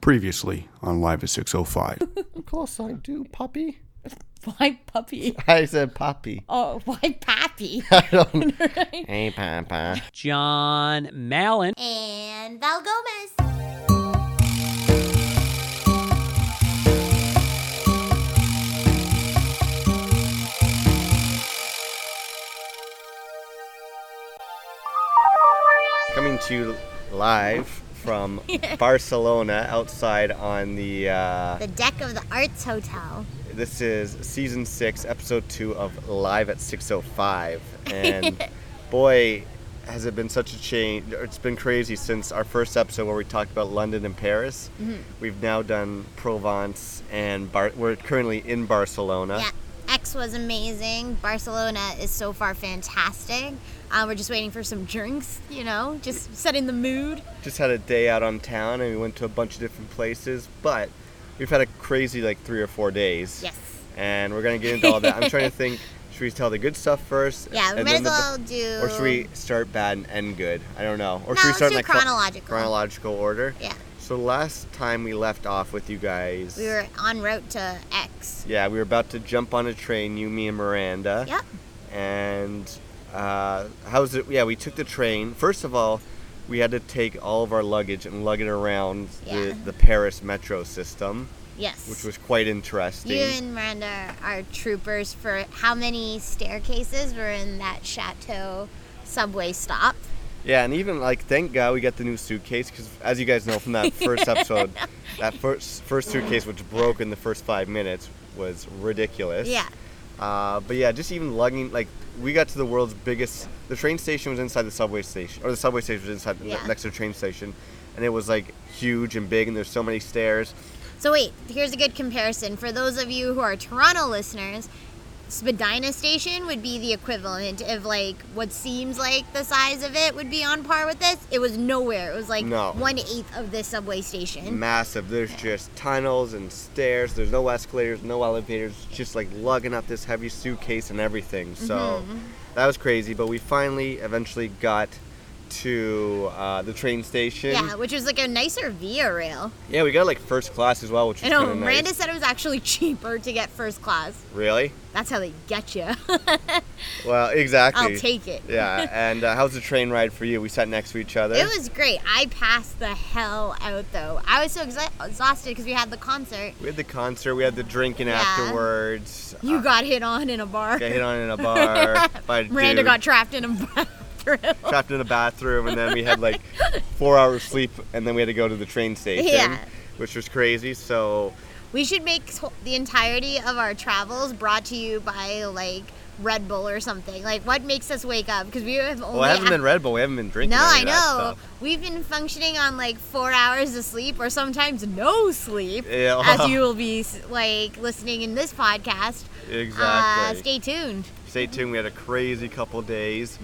Previously on Live at 605. Of course I do, puppy. Why puppy? I said puppy. Oh, why pappy? I don't. hey, Papa. John Mallon. and Val Gomez. Coming to you live from Barcelona, outside on the. Uh, The deck of the Arts Hotel. this is season six, episode two of Live at 6:05, and boy, has it been such a change. It's been crazy since our first episode where we talked about London and Paris. We've now done Provence and Bar. We're currently in Barcelona. Yeah, X was amazing. Barcelona is so far fantastic. Uh, we're just waiting for some drinks, you know, just setting the mood. just had a day out on town and we went to a bunch of different places but we've had a crazy like three or four days Yes. and we're gonna get into all that i'm trying to think should we tell the good stuff first Yeah, we and might as then the well b- do. or should we start bad and end good i don't know or No, should we let's start do like chronological. chronological order Yeah, so last time we left off with you guys we were en route to X. yeah we were about to jump on a train you me and miranda Yep. and uh, how's it? Yeah, we took the train. First of all, we had to take all of our luggage and lug it around Yeah. the, the Paris metro system, Yes. which was quite interesting. you and Miranda are troopers for how many staircases were in that chateau subway stop? yeah, and even like, thank God we got the new suitcase because, as you guys know from that first episode, that first first suitcase, which broke in the first five minutes, was ridiculous. Yeah. Uh, but yeah, just even lugging like we got to the world's biggest. The train station was inside the subway station, or the subway station was inside the Yeah. next to the train station, and it was like huge and big, and there's so many stairs. So wait, here's a good comparison for those of you who are Toronto listeners. Spadina Station would be the equivalent of like what seems like the size of it would be on par with this. It was nowhere. It was like No. one eighth of this subway station. Massive. There's just tunnels and stairs. There's no escalators, no elevators. Just like lugging up this heavy suitcase and everything. Mm-hmm, So that was crazy. But we finally, eventually, got to uh, the train station. yeah, which was like a nicer Via Rail. Yeah, we got like first class as well, which I was know. kind of nice. Miranda said it was actually cheaper to get first class. really? That's how they get you. Well, exactly. I'll take it. yeah, and uh, how's the train ride for you? We sat next to each other. It was great. I passed the hell out though. I was so exa- exhausted because we had the concert. we had the concert. We had the drinking Yeah. afterwards. You Uh, got hit on in a bar. got hit on in a bar by a Miranda dude, got trapped in a bathroom. trapped in a bathroom, and then we had like four hours sleep, and then we had to go to the train station, Yeah. which was crazy. So We should make s- the entirety of our travels brought to you by like Red Bull or something. Like what makes us wake up? Because we have only. well, it hasn't been Red Bull. We haven't been drinking. no, any I of that know. stuff. We've been functioning on like four hours of sleep or sometimes no sleep, Yeah. as you will be s- like listening in this podcast. Uh, Exactly. stay tuned. stay tuned. We had a crazy couple days,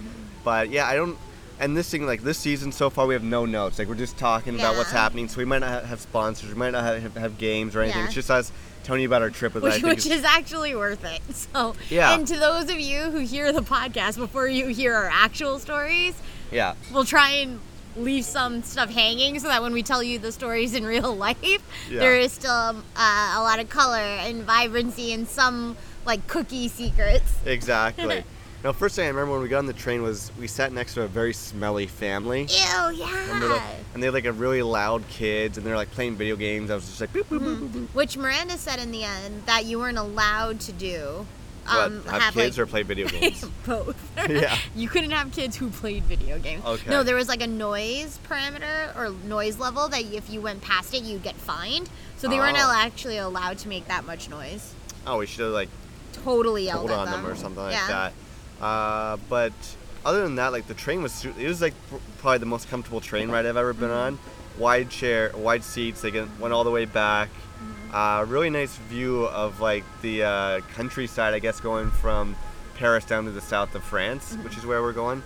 but yeah, I don't. And this thing, like this season so far, we have no notes. Like we're just talking about what's Yeah. happening. So we might not ha- have sponsors. We might not ha- have, have games or anything. Yeah. It's just us telling you about our trip. With I Which, think which is actually worth it. So, Yeah. and to those of you who hear the podcast before you hear our actual stories, yeah, we'll try and leave some stuff hanging so that when we tell you the stories in real life, Yeah. there is still um, uh, a lot of color and vibrancy and some like cookie secrets. exactly. now, first thing I remember when we got on the train was we sat next to a very smelly family. Ew, And they're like, yeah. and they had like a really loud kids, and they're like playing video games. I was just like, boop, boop, Mm-hmm. boop, boop, boop. Which Miranda said in the end that you weren't allowed to do. Um, What, have, kids or play video games? both. Yeah. You couldn't have kids who played video games. Okay. No, there was like a noise parameter or noise level that if you went past it, you'd get fined. So they weren't Oh. al- actually allowed to make that much noise. Oh, we should have like Totally yelled hold at on them. them. or something Yeah. like that. Uh, but other than that, like the train was, su- it was like pr- probably the most comfortable train ride I've ever been Mm-hmm. on. Wide chair, wide seats. They get- went all the way back. Mm-hmm. Uh, really nice view of like the uh, countryside, I guess, going from Paris down to the south of France, Mm-hmm. which is where we're going.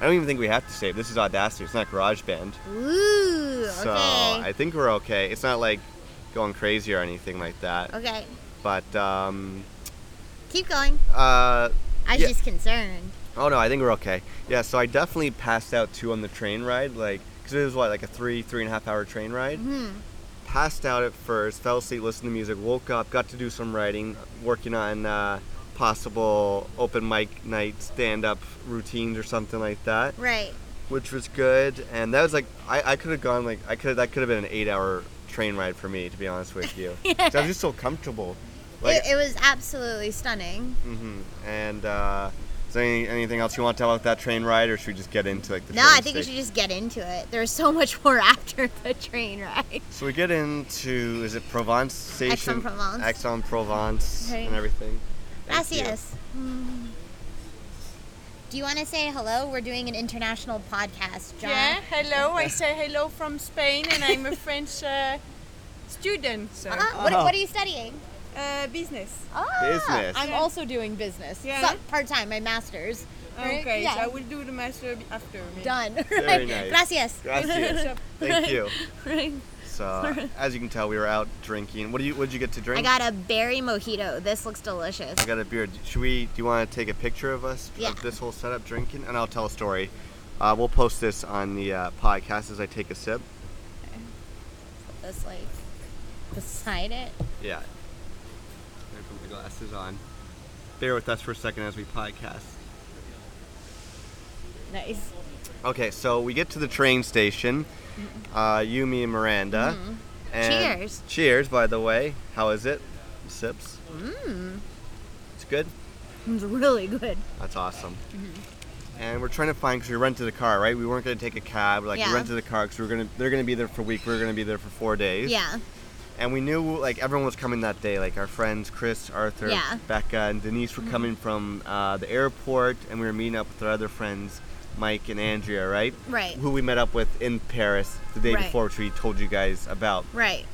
I don't even think we have to save. This is Audacity. It's not GarageBand. Ooh, okay. So I think we're okay. It's not like going crazy or anything like that. okay, But um, keep going. uh, I was Yeah. just concerned. Oh no, I think we're okay. Yeah, so I definitely passed out too on the train ride, like, cause it was what like a three, three and a half hour train ride. Hmm. passed out at first, fell asleep, listened to music, woke up, got to do some writing, working on uh, possible open mic night stand up routines or something like that, Right. which was good. And that was like, I, I could have gone like, I could that could have been an eight hour train ride for me, to be honest with you. 'Cause I was just so comfortable. Like, it, it was absolutely stunning. hmm And uh, is there any, anything else you want to tell about that train ride, or should we just get into like the No, train I think you station? should just get into it. There's so much more after the train ride. So we get into is it Provence station? Aix-en-Provence. Aix-en-Provence Right. and everything. Thank you. Gracias. Mm. Do you want to say hello? We're doing an international podcast, John. Yeah, hello. I say hello from Spain, and I'm a French uh, student. So, Uh-huh. What, what are you studying? uh, business. Oh, Oh. Business. I'm also doing business. Yeah. part time, my master's. Right? Okay, so Yeah. I will do the master b- after me. Done. Very nice. Gracias. Gracias. Thank you. Right. So as you can tell, we were out drinking. What do you? What did you get to drink? I got a berry mojito. This looks delicious. I got a beer. Should we? Do you want to take a picture of us Yeah. of this whole setup drinking, and I'll tell a story. Uh, we'll post this on the uh, podcast as I take a sip. This like beside it. Yeah. There put my glasses on. Bear with us for a second as we podcast. Nice. Okay, so we get to the train station. Uh, you, me, and Miranda. And Mm-hmm. Cheers. Cheers, by the way. How is it? Sips. Mmm. Mm. It's good. It's really good. That's awesome. Mm-hmm. And we're trying to find because we rented a car, right? We weren't gonna take a cab. Like Yeah. we rented a car because we were gonna they're gonna be there for a week. We are gonna be there for four days. Yeah. And we knew like everyone was coming that day. Like our friends Chris, Arthur, Yeah. Mm-hmm. Becca, and Denise were coming from uh, the airport, and we were meeting up with our other friends, Mike and Andrea, right? Right. Who we met up with in Paris the day Right. before, which we told you guys about. Right.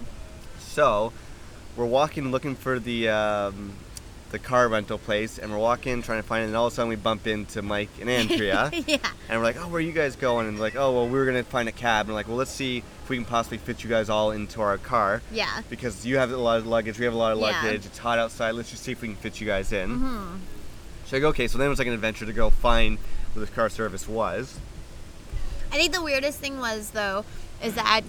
So, we're walking looking for the um, the car rental place, and we're walking trying to find it. And all of a sudden, we bump into Mike and Andrea, Yeah. and we're like, "Oh, where are you guys going?" And they're like, "Oh, well, we were gonna find a cab." And we're like, "Well, let's see if we can possibly fit you guys all into our car." Yeah. Because you have a lot of luggage, we have a lot of Yeah. Mm-hmm. luggage. It's hot outside. Let's just see if we can fit you guys in. So I go, okay. So then it was like an adventure to go find where this car service was. I think the weirdest thing was though, is that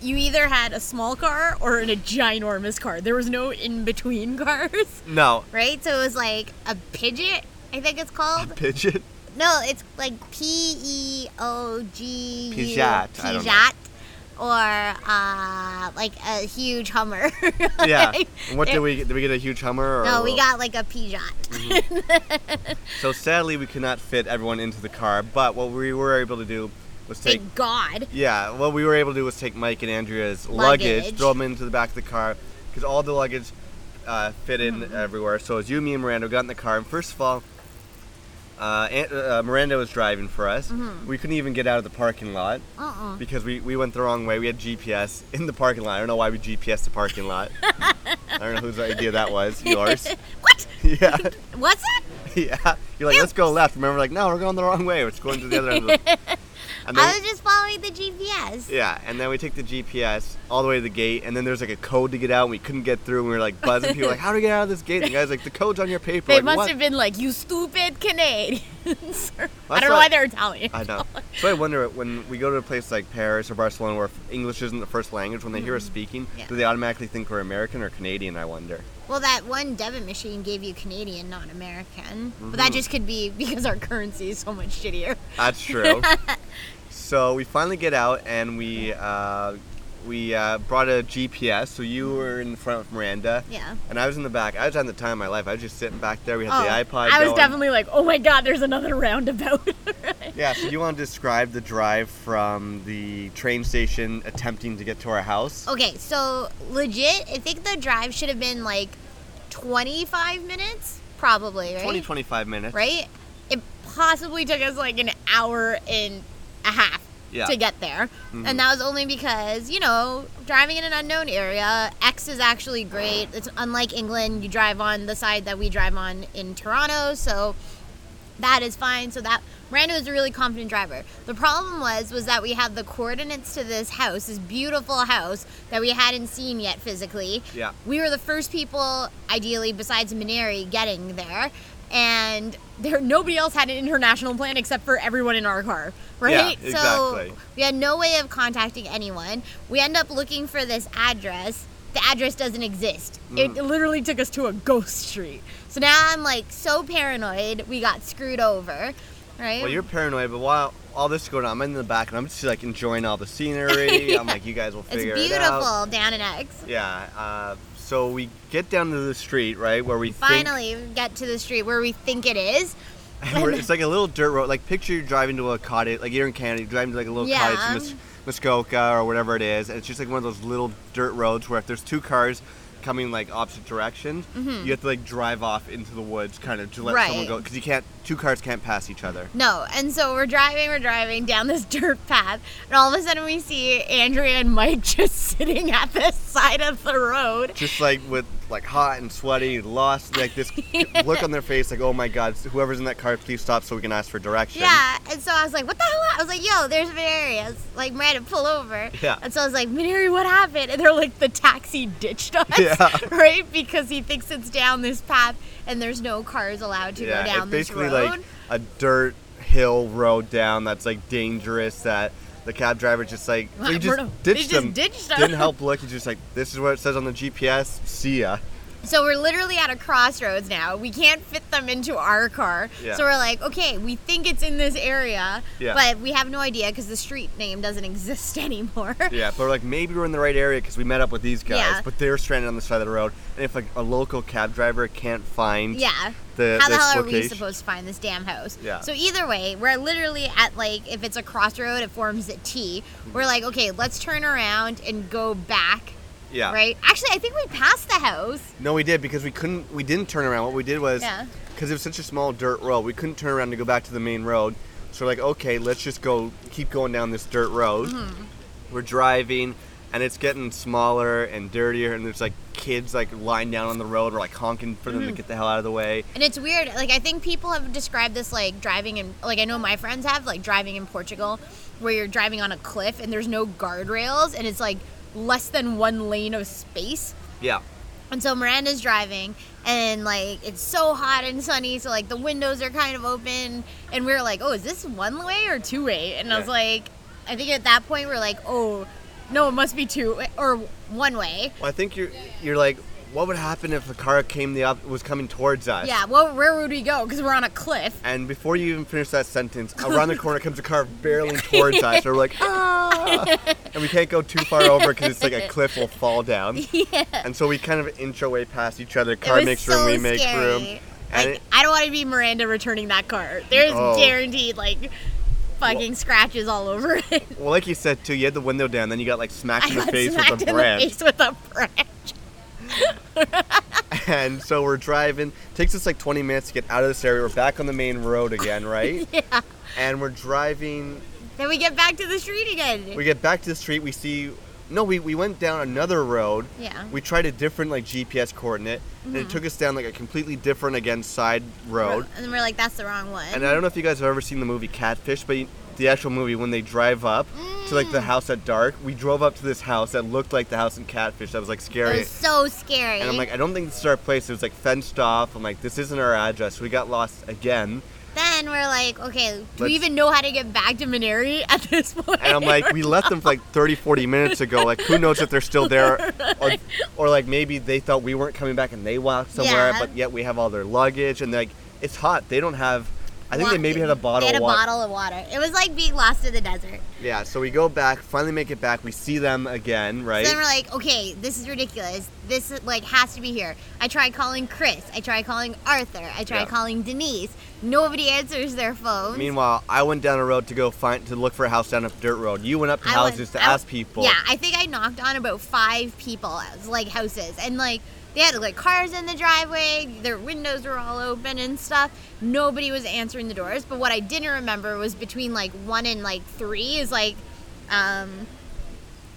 you either had a small car or in a ginormous car. There was no in between cars, No, right? So it was like a Pidget, I think it's Um, called. pigeon. No, it's like P E O G U Pidgeot, I don't know. Pidgeot, or uh, like a huge Hummer. Yeah. Like, And what did we get? Did we get a huge Hummer? Or No, we what? got like a Pidgeot. So sadly, we could not fit everyone into the car. But what we were able to do was take. Thank God. Yeah, what we were able to do was take Mike and Andrea's luggage, Luggage. throw them into the back of the car, because all the luggage uh, fit in Mm-hmm. everywhere. So it was you, me, and Miranda got in the car, and first of all, uh, Aunt, uh, Miranda was driving for us. Mm-hmm. We couldn't even get out of the parking lot Uh-uh. because we, we went the wrong way. We had GPS in the parking lot. I don't know why we GPS the parking lot. I don't know whose idea that was. Yours. What? yeah. What's it? Yeah. You're like, let's go left. Remember, like, no, we're going the wrong way. We're just going to the other end. Of the... And I then, was just following the GPS. yeah, and then we take the GPS all the way to the gate, and then there's like a code to get out, and we couldn't get through, and we were like buzzing people, like, how do we get out of this gate? And the guy's like, the code's on your paper. They like, must what? have been like, you stupid Canadians. I That's don't know what- why they're Italian. I know. So I wonder when we go to a place like Paris or Barcelona where English isn't the first language, when they hear us Mm-hmm. speaking, Yeah. do they automatically think we're American or Canadian? I wonder. Well, that one debit machine gave you Canadian, not American. But Mm-hmm. that just could be because our currency is so much shittier. That's true. so we finally get out and we uh, we uh, brought a GPS. So you were in front of Miranda. Yeah. And I was in the back. I was on the time of my life. I was just sitting back there. We had Oh, the iPod. I was going. definitely like, oh my god, there's another roundabout. Yeah. So you want to describe the drive from the train station attempting to get to our house? Okay, so legit, I think the drive should have been like 25 minutes, probably, right? 20, 25 minutes. Right? It possibly took us like an hour and a half Yeah. Mm-hmm. to get there. And that was only because, you know, driving in an unknown area, X is actually great. It's unlike England. You drive on the side that we drive on in Toronto, so that is fine. So that Miranda was a really confident driver. The problem was was that we had the coordinates to this house, this beautiful house that we hadn't seen yet physically. Yeah. We were the first people, ideally, besides Mineri, getting there. and there nobody else had an international plan except for everyone in our car, right? Yeah, exactly. So we had no way of contacting anyone. We end up looking for this address. The address doesn't exist. Mm. It literally took us to a ghost street. So now I'm like so paranoid. We got screwed over, right? Well, you're paranoid, but while all this is going on, I'm in the back and I'm just like enjoying all the scenery. I'm like, you guys will it's figure it out. beautiful down in X. Yeah. Uh, so we get down to the street, right, where we Finally, we get to the street where we think it is. think where it's like a little dirt road. Like picture you're driving to a cottage, like you're in Canada, you're driving to like a little Yeah. cottage in Mus- Muskoka or whatever it is, and it's just like one of those little dirt roads where if there's two cars coming like opposite directions, you have to like drive off into the woods, kind of to let someone Mm-hmm. Right. go, because you can't. Two cars can't pass each other. No, and so we're driving, we're driving down this dirt path, and all of a sudden we see Andrea and Mike just sitting at the side of the road. just like with like hot and sweaty, lost, like this look on their face, like oh my god, whoever's in that car, please stop so we can ask for directions. Yeah, and so I was like, what the hell? I was like, yo, there's Maneri. I was like, Mariah, to pull over. Yeah. And so I was like, Maneri, what happened? And they're like, the taxi ditched us, Yeah. right? Because he thinks it's down this path, and there's no cars allowed to yeah. go down it's this basically road. like a dirt hill road down that's like dangerous that. The cab driver just like so he We're just no- they ditched just them. ditched us. Didn't help look. He's just like, this is what it says on the GPS. See ya. So we're literally at a crossroads now. We can't fit them into our car. Yeah. So we're like, okay, we think it's in this area, Yeah. but we have no idea because the street name doesn't exist anymore. Yeah, but we're like maybe we're in the right area because we met up with these guys, Yeah. but they're stranded on the side of the road. And if like a local cab driver can't find Yeah. the How the this hell are location, we supposed to find this damn house? Yeah. So either way, we're literally at like if it's a crossroad, it forms a T. We're Mm-hmm. like, okay, let's turn around and go back. yeah, Right? Actually, I think we passed the house. No, we did because we couldn't. We didn't turn around. What we did was Yeah. because it was such a small dirt road, we couldn't turn around to go back to the main road. So we're like, okay, let's just go keep going down this dirt road. Mm-hmm. We're driving, and it's getting smaller and dirtier, and there's like kids like lying down on the road, or like honking for Mm-hmm. them to get the hell out of the way. And it's weird. Like I think people have described this like driving in like I know my friends have like driving in Portugal where you're driving on a cliff and there's no guardrails and it's like less than one lane of space. Yeah, And so Miranda's driving, and like it's so hot and sunny, so like the windows are kind of open, and we are like, oh, is this one way or two way? And I was Yeah. like, I think at that point we are like, oh, no, it must be two or one way. well, I think you're you're like, what would happen if a car came the op- was coming towards us? Yeah, well, where would we go? Because we're on a cliff. And before you even finish that sentence, around the corner comes a car barreling towards us. and We're like, ah! And we can't go too far over because it's like a cliff will fall down. Yeah. And so we kind of inch our way past each other. Car was makes so room, we make scary. room. And Like it- I don't want to be Miranda returning that car. There's Oh. guaranteed like fucking scratches all over it. well, like you said too, you had the window down, then you got like smacked I in the got face smacked with a in branch. the face with a branch. And so we're driving. Takes us like 20 minutes to get out of this area. We're back on the main road again, right? yeah. And we're driving Then we get back to the street again. We get back to the street. We see. No, we, we went down another road. Yeah. We tried a different like GPS coordinate, and it took us down like a completely different again side road. And then we're like, that's the wrong one. And I don't know if you guys have ever seen the movie Catfish, but you- the actual movie when they drive up to like the house at dark, we drove up to this house that looked like the house in Catfish. That was like It scary. was so scary. and I'm like, I don't think this is our place. It was like fenced off. I'm like, this isn't our address. We got lost again. then we're like, okay, do Let's- we even know how to get back to Maneri at this point? And I'm like, we left them for like 30, 40 minutes ago. Like, who knows if they're still there? Or, or like, maybe they thought we weren't coming back and they walked somewhere, Yeah. but yet we have all their luggage. And like, it's hot. They don't have, I think they maybe had a bottle They of had a water. bottle of water. It was like being lost in the desert. Yeah, so we go back, finally make it back. We see them again, right? So then we're like, okay, this is ridiculous. This like has to be here. I try calling Chris. I try calling Arthur. I try Yeah. calling Denise. Nobody answers their phones. Meanwhile, I went down a road to go find, to look for a house down a dirt road. You went up to I went- houses to I- ask people. Yeah, I think I knocked on about five people, It was like houses, and like they had like cars in the driveway. Their windows were all open and stuff. Nobody was answering the doors. But what I didn't remember was between like one and like three is like, um,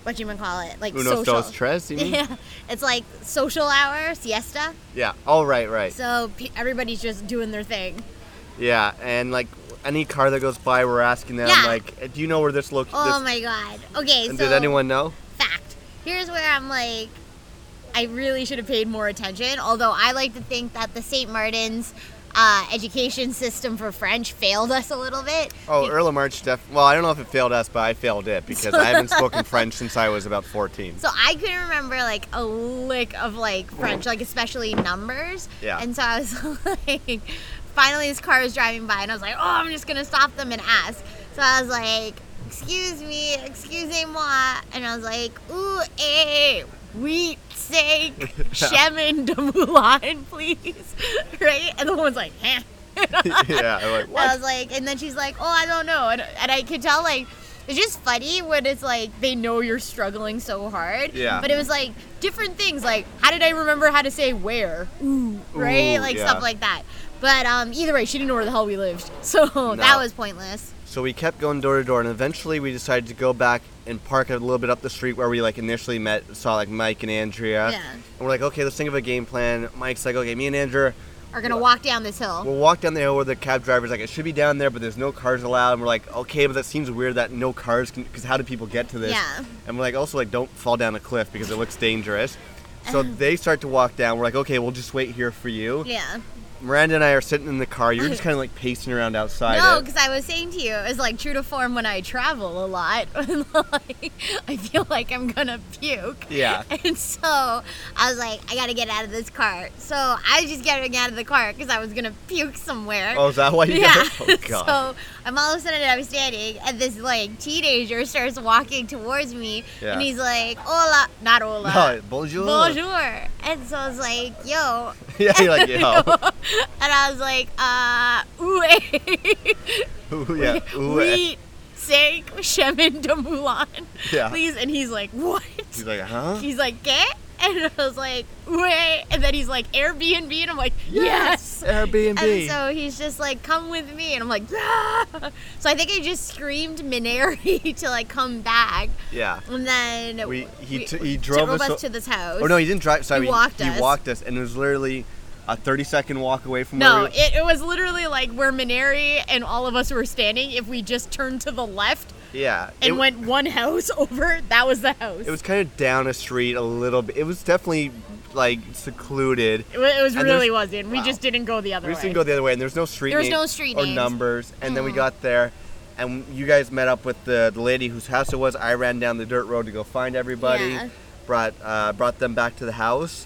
what you call it? Like Unos, social. dos, tres, you mean? yeah, it's like social hour, siesta. Yeah. All right, right. So pe- everybody's just doing their thing. yeah, and like, any car that goes by, we're asking them, Yeah. like, do you know where this location Oh my god. Okay. And so did anyone know? fact. Here's where I'm like, I really should have paid more attention. Although I like to think that the St. Martin's uh, education system for French failed us a little bit. Oh, Earl March def. Well, I don't know if it failed us, but I failed it because I haven't spoken French since I was about 14. So I couldn't remember like a lick of like French, like especially numbers. Yeah. And so I was like, finally this car was driving by, and I was like, oh, I'm just gonna stop them and ask. So I was like, excuse me, excusez-moi, and I was like, ooh, eh, wheat steak, chemin de moulin, please, right? And the woman's like, eh. yeah, I'm like, I what? was like, and then she's like, oh, I don't know. And, and I could tell, like, it's just funny when it's like they know you're struggling so hard. Yeah. But it was like different things. Like, how did I remember how to say where? Ooh. Right? Ooh, like yeah. stuff like that. But um, either way, she didn't know where the hell we lived. So that was pointless. So we kept going door to door, and eventually we decided to go back and park a little bit up the street where we like initially met, saw like Mike and Andrea. Yeah. And we're like, okay, let's think of a game plan. Mike's like, okay, me and Andrea, Are going to walk down this hill. we'll walk down the hill where the cab driver's like, it should be down there, but there's no cars allowed. And we're like, okay, but that seems weird that no cars, because how do people get to this? Yeah. And we're like, also like, don't fall down a cliff because it looks dangerous. So they start to walk down. We're like, okay, we'll just wait here for you. Yeah. Miranda and I are sitting in the car. You're just kind of like pacing around outside. No, it. because I was saying to you, it's like true to form when I travel a lot. like, I feel like I'm gonna puke. Yeah. And so I was like, I gotta get out of this car. So I was just getting out of the car because I was gonna puke somewhere. Oh, is that why you Yeah. got it? Oh, God. So I'm all of a sudden I'm standing, and this like teenager starts walking towards me, Yeah. and he's like, "Hola, not hola, No, bonjour. bonjour." And so I was like, "Yo," yeah, you're like, "Oh, yo. and I was like, "Uh, ooh, Ooh, yeah. Ooh, eh. we say Shemin de Mulan, Yeah. please. And he's like, what? He's like, huh? He's like, get? And I was like, wait. And then he's like, Airbnb. And I'm like, yes. Airbnb. And so he's just like, come with me. And I'm like, yeah. So I think I just screamed Minari to like come back. yeah. And then We- he we- t- he drove us o- to this house. Oh no, he didn't drive. Sorry, walked he us. walked us, and it was literally a 30 second walk away from No, where we. it, it was literally like where Minari and all of us were standing. If we just turned to the left yeah. and it, went one house over, that was the house. It was kind of down a street a little bit. It was definitely like secluded. It wa- it was and really there's- wasn't. We wow. just didn't go the other We way. just didn't go the other way, and there's no street. There was name no street or names. Mm. numbers. And then we got there, and you guys met up with the, the lady whose house it was. I ran down the dirt road to go find everybody. Yeah. Mm-hmm. Brought uh, brought them back to the house,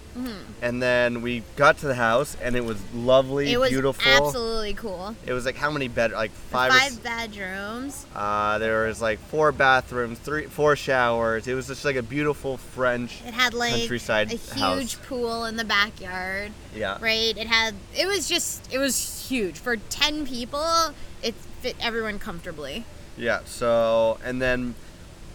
and then we got to the house, and it was lovely, it was beautiful. absolutely cool. It was like how many bed? Like five. or s- Five bedrooms. uh, there was like four bathrooms, three, four showers. It was just like a beautiful French. It had like Countryside a house. huge pool in the backyard. Yeah. right? It had it was just it was huge for ten people. It fit everyone comfortably. Yeah. So and then,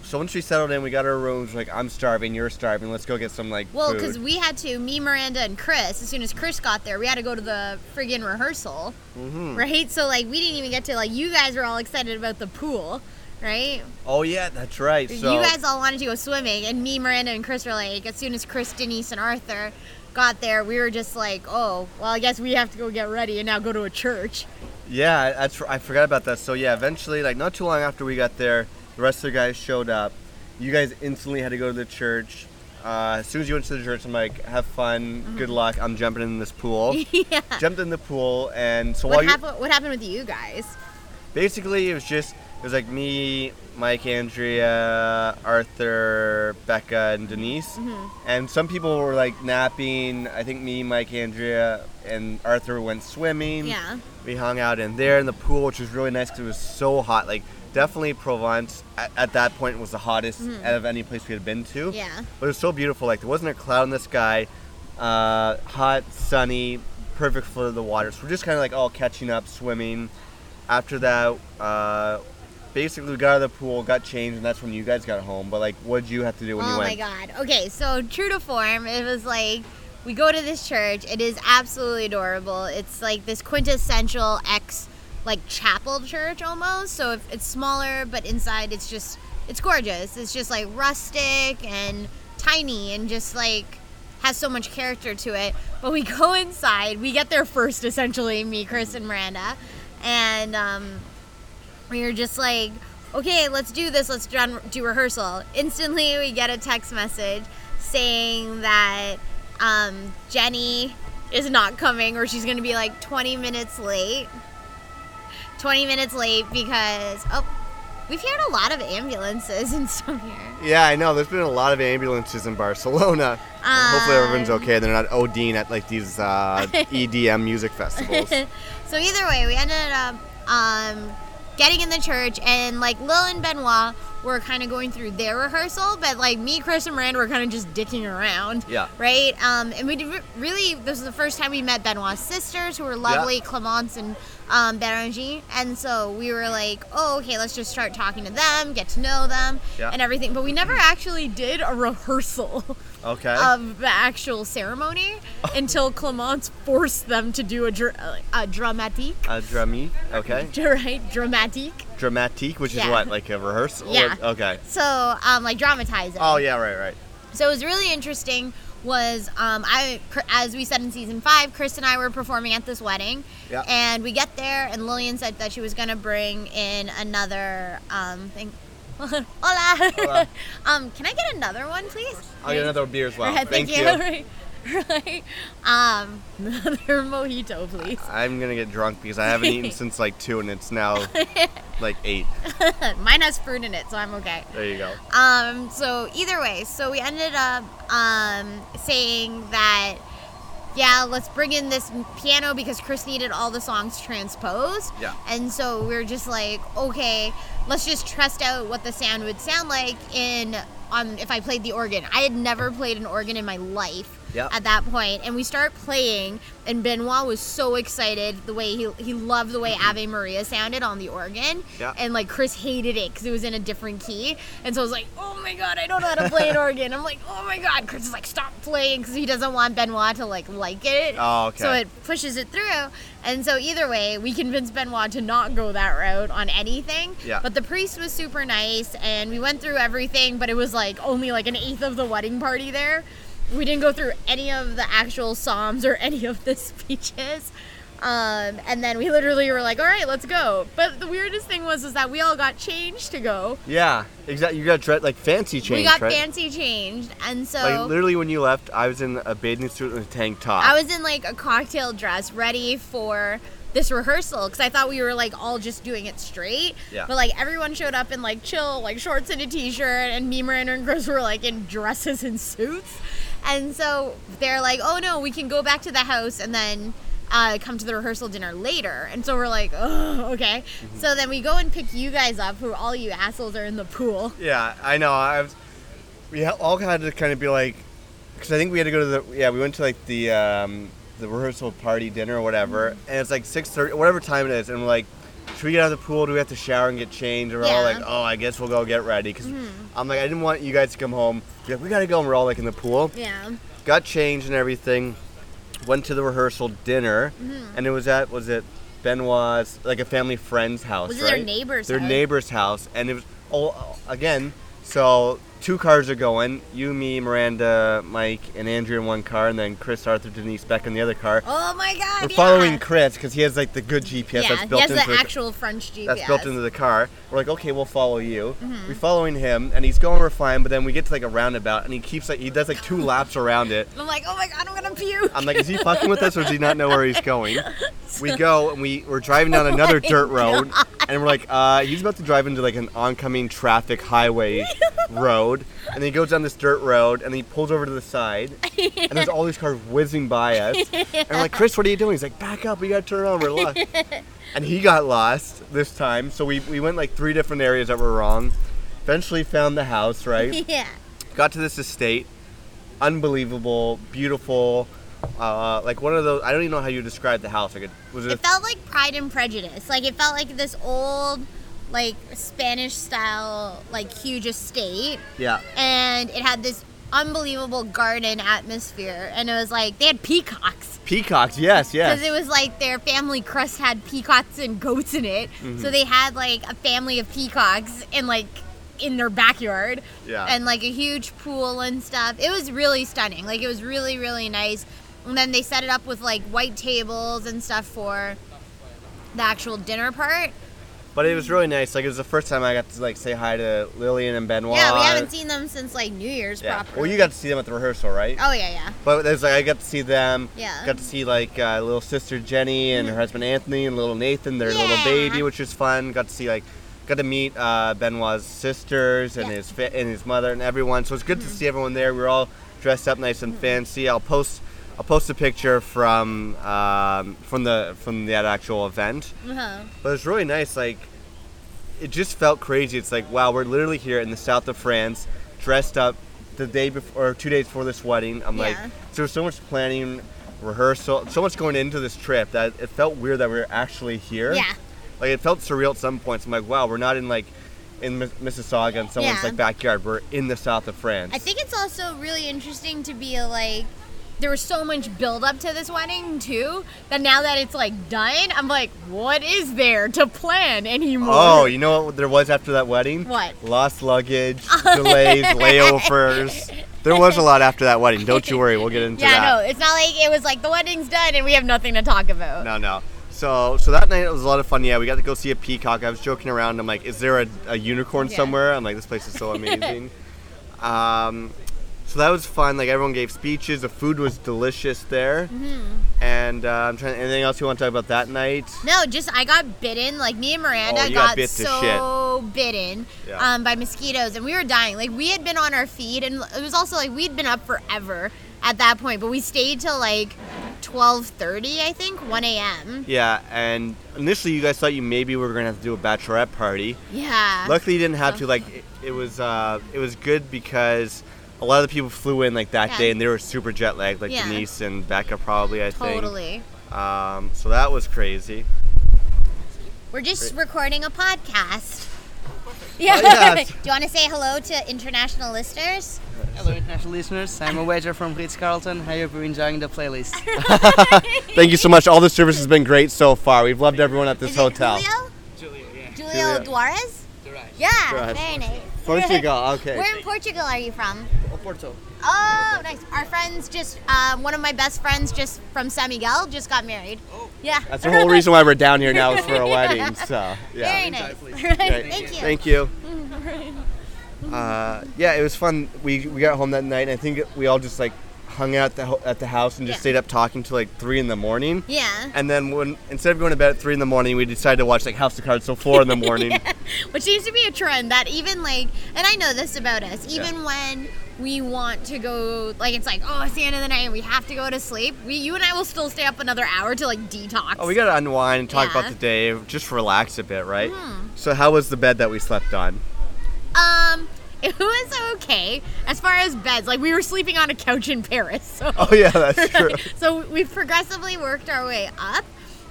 so once we settled in, we got our rooms. Like I'm starving, you're starving. Let's go get some like Well, food. because we had to, me, Miranda, and Chris. As soon as Chris got there, we had to go to the friggin' rehearsal, Mm-hmm. Hmm. right? So like we didn't even get to like you guys were all excited about the pool, right? oh yeah, that's right. So you guys all wanted to go swimming, and me, Miranda, and Chris were like, as soon as Chris, Denise, and Arthur got there, we were just like, oh, well, I guess we have to go get ready and now go to a church. yeah, that's r- I forgot about that. So yeah, eventually, like not too long after we got there, the rest of the guys showed up. You guys instantly had to go to the church. Uh, as soon as you went to the church, I'm like, have fun, good luck. I'm jumping in this pool. Mm-hmm. yeah. Jumped in the pool, and so while What you happened? What happened with you guys? basically it was just it was like me mike andrea arthur becca and denise Mm-hmm. and some people were like napping i think me mike andrea and arthur went swimming Yeah. we hung out in there in the pool which was really nice because it was so hot like definitely provence at, at that point was the hottest out of any place we had been to Mm-hmm. Yeah. but it was so beautiful like there wasn't a cloud in the sky uh, hot sunny perfect for the water so we're just kind of like all catching up swimming after that uh, basically we got out of the pool got changed and that's when you guys got home but like what did you have to do when oh you went my god. Okay, so true to form, it was like we go to this church. It is absolutely adorable. It's like this quintessential ex like chapel church almost. So if it's smaller, but inside it's just it's gorgeous. It's just like rustic and tiny and just like has so much character to it. But we go inside. We get there first essentially, me, Chris and Miranda. And um we were just like, okay, let's do this. Let's done- do rehearsal. Instantly, we get a text message saying that um, Jenny is not coming or she's going to be like 20 minutes late. 20 minutes late because, oh, we've heard a lot of ambulances in some here. Yeah, I know. There's been a lot of ambulances in Barcelona. Hopefully everyone's Um, okay. They're not ODing at like these uh, EDM music festivals. so either way, we ended up um, getting in the church, and like Lil and Benoit were kind of going through their rehearsal, but like me, Chris, and Miranda were kind of just dicking around. Yeah. Right. Um, and we did re- really. This was the first time we met Benoit's sisters, who were lovely, Clemence and um, Berengie. And so we were like, oh, okay, let's just start talking to them, get to know them, Yeah. Mm-hmm. and everything. But we never actually did a rehearsal Okay. of the actual ceremony until Clemence forced them to do a, dr- a dramatique, a Uh, drami. Okay. right? Dramatique. Dramatique, which is Yeah. what like a rehearsal. Yeah. Okay. So, um, like dramatize it. Oh yeah, right, right. So it was really interesting. Was um, I Cr- as we said in season five, Chris and I were performing at this wedding, Yeah. and we get there, and Lillian said that she was gonna bring in another um thing. Hola. Hola. um, can I get another one, please? I'll get another beer as well. Right, Thank, you. Right, right. Um, another mojito, please. I'm gonna get drunk because I haven't eaten since like two, and it's now like eight. Mine has fruit in it, so I'm okay. There you go. Um, so either way, so we ended up um, saying that yeah, let's bring in this piano because Chris needed all the songs transposed. Yeah. And so we are just like, okay, let's just test out what the sound would sound like in on if I played the organ. I had never played an organ in my life. Yeah. At that point, and we start playing, and Benoit was so excited the way he he loved the way Ave Maria sounded on the organ, Mm-hmm. Yeah. and like Chris hated it because it was in a different key, and so I was like, oh my god, I don't know how to play an organ. I'm like, oh my god, Chris is like, stop playing because he doesn't want Benoit to like like it. Oh, okay. So it pushes it through, and so either way, we convinced Benoit to not go that route on anything. Yeah. But the priest was super nice, and we went through everything, but it was like only like an eighth of the wedding party there. We didn't go through any of the actual psalms or any of the speeches. Um, and then we literally were like, "All right, let's go." But the weirdest thing was is that we all got changed to go. Yeah, exactly. You got dre- like fancy change, we got right? fancy changed, and so Like literally, when you left, I was in a bathing suit and a tank top. I was in like a cocktail dress ready for this rehearsal because I thought we were like all just doing it straight. Yeah. But like everyone showed up in like chill, like shorts and a t shirt, and me, Miranda, and Chris were like in dresses and suits. And so they're like, oh no, we can go back to the house and then. Uh, come to the rehearsal dinner later, and so we're like, oh, okay. Mm-hmm. So then we go and pick you guys up, who all you assholes are in the pool. Yeah, I know. I was, we ha- all had to kind of be like, because I think we had to go to the yeah. We went to like the um, the rehearsal party dinner or whatever, and it's like six thirty, whatever time it is, and we're like, should we get out of the pool? Do we have to shower and get changed? And we're all Yeah. like, oh, I guess we'll go get ready. Because I'm like, I didn't want you guys to come home. Be like, we gotta go, and we're all like in the pool. Yeah. Got changed and everything. Went to the rehearsal dinner, Mm-hmm. and it was at was it Benoit's like a family friend's house. Was it right? their neighbor's Their house? neighbor's house, and it was all again. So two cars are going. You, me, Miranda, Mike, and Andrew in one car, and then Chris, Arthur, Denise back in the other car. Oh my God. We're yeah. following Chris because he has like the good GPS yeah, that's he built has into the actual French GPS. that's built into the car. We're like, okay, we'll follow you. Mm-hmm. We're following him, and he's going. We're fine, but then we get to like a roundabout, and he keeps like he does like two laps around it. I'm like, oh my god, I'm gonna puke. I'm like, is he fucking with us or does he not know where he's going? We go and we, we're driving down another dirt road and we're like, uh, he's about to drive into like an oncoming traffic highway road. And then he goes down this dirt road and he pulls over to the side and there's all these cars whizzing by us. And we're like, Chris, what are you doing? He's like, back up, we gotta turn around, we're lost. And he got lost this time. So we, we went like three different areas that were wrong. Eventually found the house, right? yeah. got to this estate unbelievable beautiful uh, like one of those i don't even know how you describe the house like it was it, It felt like Pride and Prejudice. Like it felt like this old, like Spanish style, like huge estate, yeah and it had this unbelievable garden atmosphere, and it was like they had peacocks. peacocks yes yes Because it was like their family crest had peacocks and goats in it, Mm-hmm. so they had like a family of peacocks and like in their backyard, Yeah. and like a huge pool and stuff. It was really stunning. Like it was really really nice. And then they set it up with like white tables and stuff for the actual dinner part. But it was really nice. Like it was the first time I got to like say hi to Lillian and Benoit. yeah, we haven't seen them since like New Year's Yeah. properly. Well, you got to see them at the rehearsal, right? Oh yeah, yeah. But there's like I got to see them. Yeah. Mm-hmm. Got to see like uh, little sister Jenny and her husband Anthony and little Nathan, their Yeah. little baby, which was fun. Got to see like got to meet uh, Benoit's sisters and Yeah. Mm-hmm. his fa- and his mother and everyone. So it's good to see everyone there. We were all dressed up nice and fancy. I'll post I'll post a picture from um, from the from that actual event. Uh-huh. But it's really nice. Like, it just felt crazy. It's like, wow, we're literally here in the south of France, dressed up the day before, or two days before this wedding. I'm like, Yeah. so there's so much planning, rehearsal, so much going into this trip that it felt weird that we are actually here. Yeah. Like, it felt surreal at some points. I'm like, wow, we're not in like in Mis- Mississauga in someone's Yeah. like backyard. We're in the south of France. I think it's also really interesting to be like, there was so much build up to this wedding too that now that it's like done, I'm like, what is there to plan anymore? Oh, you know what there was after that wedding? What? Lost luggage, delays, layovers. There was a lot after that wedding. Don't you worry, we'll get into yeah, no, that. it's not like it was like the wedding's done and we have nothing to talk about. No, no. So, so that night it was a lot of fun. Yeah, we got to go see a peacock. I was joking around. I'm like, is there a, a unicorn Yeah. somewhere? I'm like, this place is so amazing. um, so that was fun. Like everyone gave speeches. The food was delicious there. Mm-hmm. And uh, I'm trying. Anything else you want to talk about that night? No, just I got bitten. Like me and Miranda Oh, you got got, bit to so bitten Yeah. um, by mosquitoes, and we were dying. Like we had been on our feet, and it was also like we'd been up forever at that point, but we stayed till like twelve thirty, I think, one a.m. Yeah. And initially, you guys thought you maybe we were gonna have to do a bachelorette party. Yeah. Luckily, you didn't have to. Like, it, it was uh, it was good because a lot of the people flew in like that Yeah. day, and they were super jet lagged, like Yeah. Denise and Becca probably. I totally. think. Um, so that was crazy. We're just recording a podcast. yes. Do you want to say hello to international listeners? Hello, international listeners. I'm Aweja from Ritz Carlton. I hope you're enjoying the playlist. Thank you so much. All the service has been great so far. We've loved everyone at this Is hotel. it Julio? Julia, yeah. Julio. Julio Duarez? Durais. Yeah, Duarez. very nice. Portugal. Okay. Where in Portugal are you from? Oporto. Oh, nice. Our friends just, um, one of my best friends just from San Miguel just got married. Yeah. That's the whole reason why we're down here now is for a wedding. So yeah. Very nice. Please. Great. Thank you. Thank you. Uh, yeah, it was fun. We we got home that night, and I think we all just like hung out the, ho- at the house and just Yeah. stayed up talking till like three in the morning. Yeah. And then when instead of going to bed at three in the morning, we decided to watch like House of Cards till four in the morning. Which seems to be a trend that even like, and I know this about us, even when we want to go, like it's like, oh, it's the end of the night and we have to go to sleep, we, you and I will still stay up another hour to like detox. Oh, we gotta unwind and talk Yeah. Hmm. about the day, just relax a bit, right? So how was the bed that we slept on? Um, it was okay as far as beds. Like we were sleeping on a couch in Paris, so Oh yeah, that's true. so we progressively worked our way up.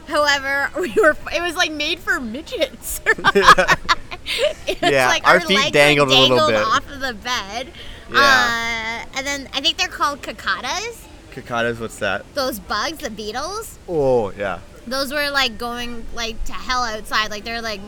However, we were it was like made for midgets. It was Yeah, our feet legs were dangled a little dangled bit. off of the bed. Yeah. Uh, and then I think they're called cicadas. Cicadas, what's that? Those bugs, the beetles. Oh yeah. Those were like going like to hell outside. Like they're like,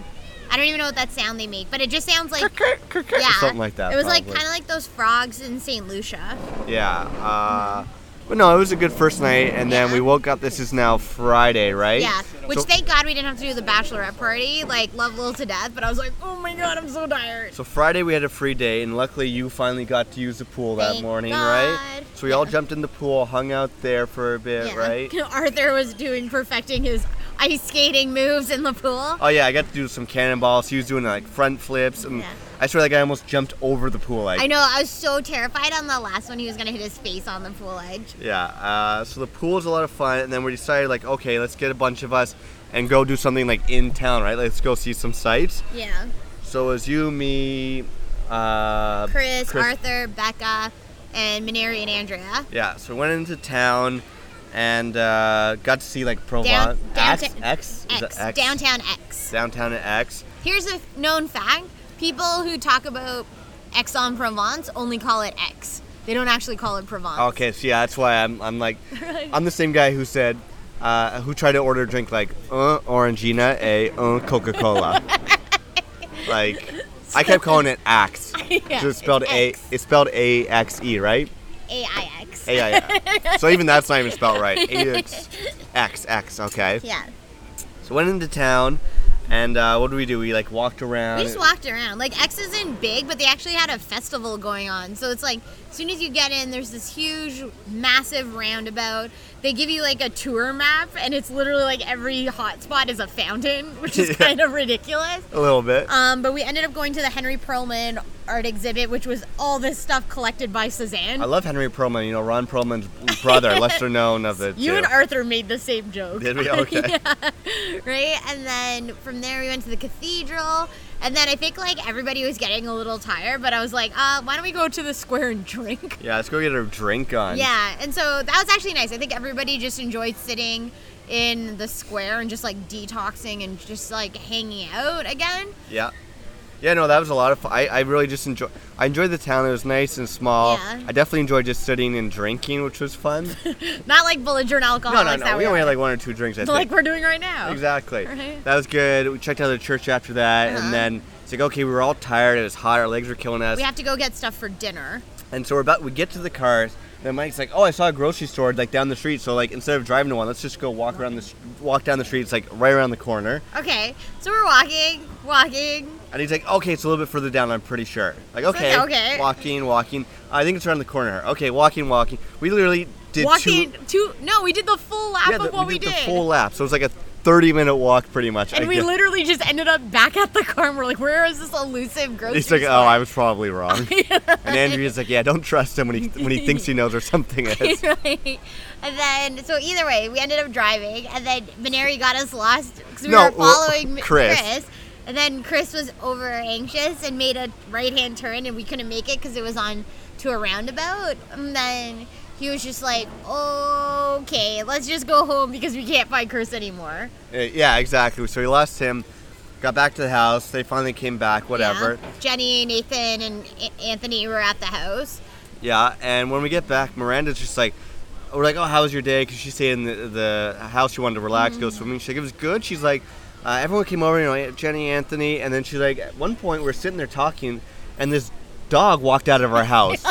I don't even know what that sound they make, but it just sounds like yeah, something like that, It was like probably. kind of like those frogs in Saint Lucia. Yeah. Uh, but no, it was a good first night, and then we woke up. This is now Friday, right? Yeah, which so, thank God we didn't have to do the bachelorette party. Like love Lil to death, but I was like, oh my God, I'm so tired. So Friday we had a free day, and luckily you finally got to use the pool that Thank morning, God. right? So we all Yeah. jumped in the pool, hung out there for a bit, Yeah. right? Arthur was doing perfecting his ice skating moves in the pool. Oh yeah, I got to do some cannonballs. He was doing like front flips, and Yeah. I swear like I almost jumped over the pool edge. I know. I was so terrified on the last one. He was gonna hit his face on the pool edge. Yeah. Uh, so the pool is a lot of fun, and then we decided like, okay, let's get a bunch of us and go do something like in town, right? Let's go see some sights. Yeah. So it was you, me, uh, Chris, Arthur, Becca, and Maneri and Andrea. Yeah, so we went into town and uh, got to see like Provence. down X, to- X, Is X, that X? downtown X. Downtown at X. Here's a known fact: people who talk about Aix-en-Provence only call it X. They don't actually call it Provence. Okay, so yeah, that's why I'm, I'm like, I'm the same guy who said, uh, who tried to order a drink like, uh, Orangina, a, uh, Coca Cola. like, I kept calling it Axe. Yeah, so it's spelled it's A, X. it's spelled A X E, right? A I X. A I X. so even that's not even spelled right. A X X X, okay. Yeah. So went into town, And uh, what did we do? We like walked around. We just walked around. Like X isn't big, but they actually had a festival going on. So it's like as soon as you get in, there's this huge, massive roundabout. They give you like a tour map, and it's literally like every hotspot is a fountain, which is Yeah. kind of ridiculous. a little bit. Um, but we ended up going to the Henry Perlman art exhibit, which was all this stuff collected by Suzanne. I love Henry Perlman. You know, Ron Perlman's brother, lesser known of the you two. and Arthur made the same joke. Did we? Okay. right? And then from there we went to the cathedral. And then I think like everybody was getting a little tired, but I was like, uh, why don't we go to the square and drink? Yeah, let's go get a drink on. Yeah, and so that was actually nice. I think everybody just enjoyed sitting in the square and just like detoxing and just like hanging out again. Yeah. Yeah, no, that was a lot of fun. I, I really just enjoy. I enjoyed the town. It was nice and small. Yeah. I definitely enjoyed just sitting and drinking, which was fun. Not like belligerent no, alcoholics no, no. Oh, that We we only are. had like one or two drinks. I like think. we're doing right now. exactly. Right. That was good. We checked out the church after that, Uh-huh. and then it's like okay, we were all tired. It was hot. Our legs were killing us. we have to go get stuff for dinner. And so we're about we get to the cars. Then Mike's like, "Oh, I saw a grocery store like down the street. So like instead of driving to one, let's just go walk around the s- walk down the street. It's like right around the corner." Okay, so we're walking, walking. And he's like, "Okay, it's a little bit further down. I'm pretty sure." Like, It's okay, like, okay. walking, walking. I think it's around the corner. Okay, walking, walking. We literally did Walking two. two. No, we did the full lap Yeah, of the- what we did, did. the full lap. So it was like a 30 minute walk, pretty much. and I we guess. literally just ended up back at the car and we're like, where is this elusive grocery He's like, store? "Oh, I was probably wrong." and Andrea's like, "Yeah, don't trust him when he when he thinks he knows or something." is." right? And then, so either way, we ended up driving, and then Maneri got us lost because we No, were well, uh, following Chris. Chris. Chris. And then Chris was over anxious and made a right hand turn, and we couldn't make it because it was on to a roundabout. And then he was just like, "Okay, let's just go home because we can't find Chris anymore." Uh, yeah, exactly. So we lost him. Got back to the house. They finally came back. Whatever. Yeah. Jenny, Nathan, and A- Anthony were at the house. Yeah, and when we get back, Miranda's just like, we're like, oh, how was your day? Because she stayed in the, the house. She wanted to relax, Mm. go swimming. She's like, it was good. She's like, uh, everyone came over, you know, Jenny, Anthony, and then she's like, at one point, we're sitting there talking, and this dog walked out of our house.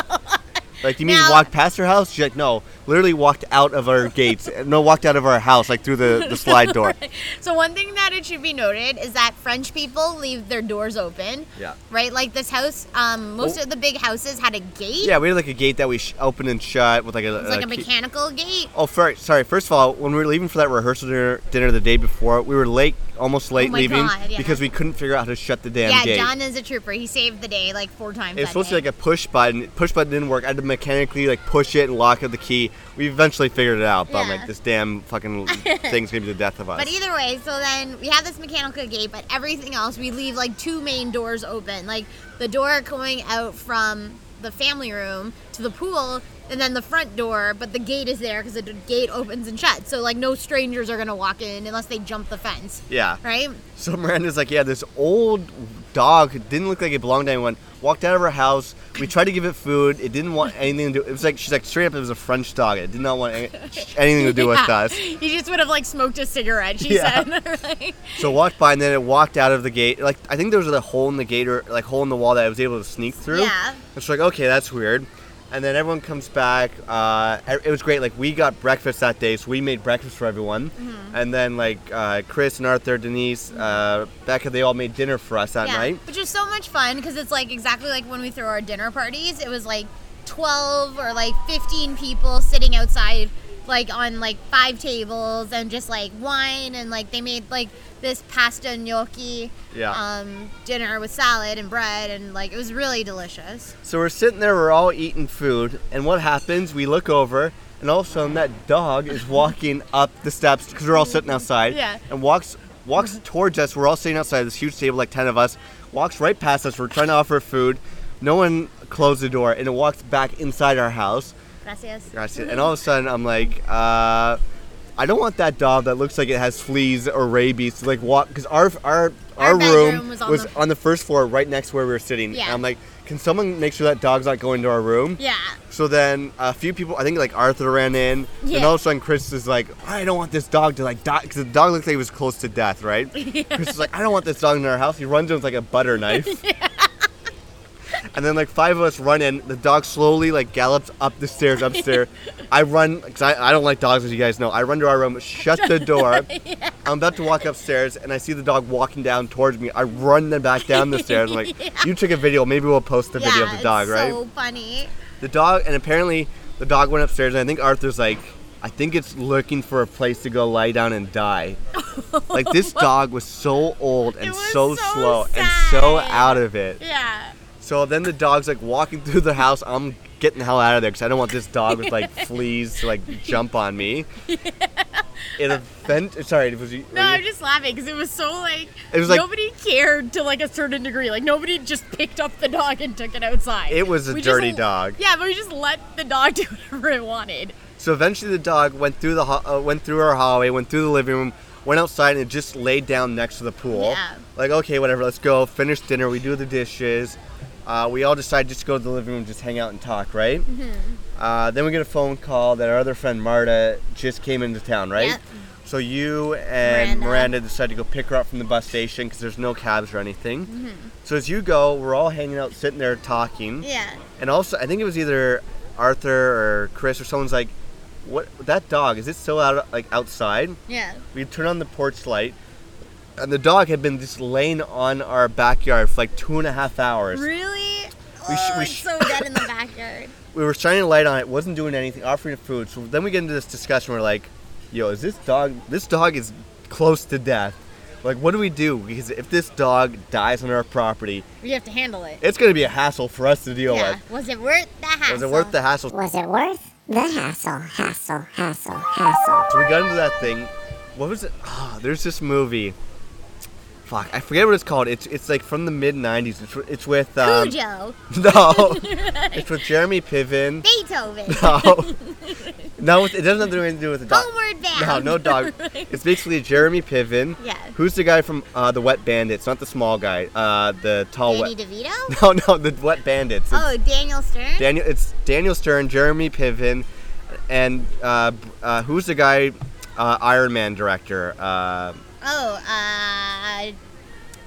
like, you mean Now- walked past her house? She's like, no, literally walked out of our gates. No, walked out of our house, like through the, the slide door. So one thing that it should be noted is that French people leave their doors open. Yeah. right? Like this house, um, most Oh. of the big houses had a gate. Yeah, we had like a gate that we sh- opened and shut with like a, It's like a key- mechanical gate. Oh, fir- sorry. First of all, when we were leaving for that rehearsal dinner, dinner the day before, we were late, almost late Oh my leaving God, yeah. because we couldn't figure out how to shut the damn yeah, gate. John is a trooper. He saved the day like four times. it was that supposed to day. be like a push button. Push button didn't work. I had to mechanically like push it and lock up the key. We eventually figured it out, but I'm Yeah. like this damn fucking thing's gonna be the death of us. But either way, so then we have this mechanical gate, but everything else we leave like two main doors open, like the door going out from the family room to the pool, and then the front door. But the gate is there because the d- gate opens and shuts. So like no strangers are gonna walk in unless they jump the fence, yeah. right? So Miranda's like, yeah, this old dog didn't look like it belonged to anyone. Walked out of our house. We tried to give it food. It didn't want anything to do. It was like she's like straight up. It was a French dog. It did not want any- anything to do with Yeah. us. He just would have like smoked a cigarette, she Yeah. said. Like, So walked by and then it walked out of the gate. Like I think there was a hole in the gate or like hole in the wall that I was able to sneak through. Yeah. It's like okay, that's weird. And then everyone comes back. Uh, it was great. Like we got breakfast that day, so we made breakfast for everyone. And then like uh, Chris and Arthur, Denise, uh, Becca, they all made dinner for us that night. Which was so much fun because it's like exactly like when we threw our dinner parties. It was like 12 or like 15 people sitting outside, like on like five tables and just like wine and like they made like this pasta gnocchi Yeah. um, dinner with salad and bread and like it was really delicious. So we're sitting there, we're all eating food, and what happens? We look over, and all of a sudden that dog is walking up the steps because we're all sitting outside. Yeah. And walks walks towards us. We're all sitting outside this huge table, like ten of us. Walks right past us. We're trying to offer food. No one closed the door, and it walks back inside our house. Gracias. That's it. And all of a sudden, I'm like, uh, I don't want that dog that looks like it has fleas or rabies to like walk because our our our, Our room bedroom was on the- first floor, right next to where we were sitting. Yeah. And I'm like, can someone make sure that dog's not going to our room? Yeah. So then a few people, I think like Arthur ran in, and Yeah. all of a sudden Chris is like, I don't want this dog to like die because the dog looks like he was close to death, right? Chris is like, I don't want this dog in our house. He runs in with like a butter knife. And then like five of us run in. The dog slowly like gallops up the stairs upstairs. I run because I, I don't like dogs as you guys know. I run to our room, shut the door. I'm about to walk upstairs and I see the dog walking down towards me. I run them back down the stairs. I'm like, you took a video. Maybe we'll post the yeah, video of the dog, it's right? so funny. The dog and apparently the dog went upstairs and I think Arthur's like, I think it's looking for a place to go lie down and die. like this dog was so old and It was so, so slow and so sad. out of it. Yeah. So then the dog's like walking through the house. I'm getting the hell out of there because I don't want this dog with like fleas to like jump on me. It event. Sorry, was you? No, were I'm you- just laughing because it was so like, It was like- nobody cared to like a certain degree. Like nobody just picked up the dog and took it outside. It was a We just dirty l- dog. Yeah, but we just let the dog do whatever it wanted. So eventually the dog went through the ho- uh, went through our hallway, went through the living room, went outside, and it just laid down next to the pool. Yeah. Like okay, whatever. Let's go. Finish dinner. We do the dishes. Uh, we all decide just to go to the living room, just hang out and talk, right? Mm-hmm. Uh, then we get a phone call that our other friend Marta just came into town, right? Yep. So you and Miranda. Miranda. decide to go pick her up from the bus station because there's no cabs or anything. Mm-hmm. So as you go, we're all hanging out, sitting there talking. Yeah. And also, I think it was either Arthur or Chris or someone's like, "What that dog? Is it still out like outside?" Yeah. We turn on the porch light, and the dog had been just laying on our backyard for like two and a half hours. Really? We sh- oh, we it's sh- so dead in the backyard. We were shining a light on it, wasn't doing anything, offering it food. So then we get into this discussion. We're like, "Yo, is this dog? This dog is close to death. Like, what do we do? Because if this dog dies on our property, We have to handle it. it's gonna be a hassle for us to deal yeah. with." Was it worth the hassle? Was it worth the hassle? Was it worth the hassle, hassle, hassle, hassle? So we got into that thing. What was it? Ah, there's this movie. Fuck, I forget what it's called. It's it's like from the mid '90s. It's, it's with um, Cujo, no, it's with Jeremy Piven. Beethoven, No, no, it doesn't have anything to do with the dog. Homeward No, Bound. no dog. It's basically Jeremy Piven. Yeah. Who's the guy from uh, the Wet Bandits? Not the small guy. Uh, the tall Danny wet. DeVito. No, no, the Wet Bandits. It's- Oh, Daniel Stern. Daniel, it's Daniel Stern, Jeremy Piven, and uh, uh, who's the guy, uh, Iron Man director? Uh, oh, uh,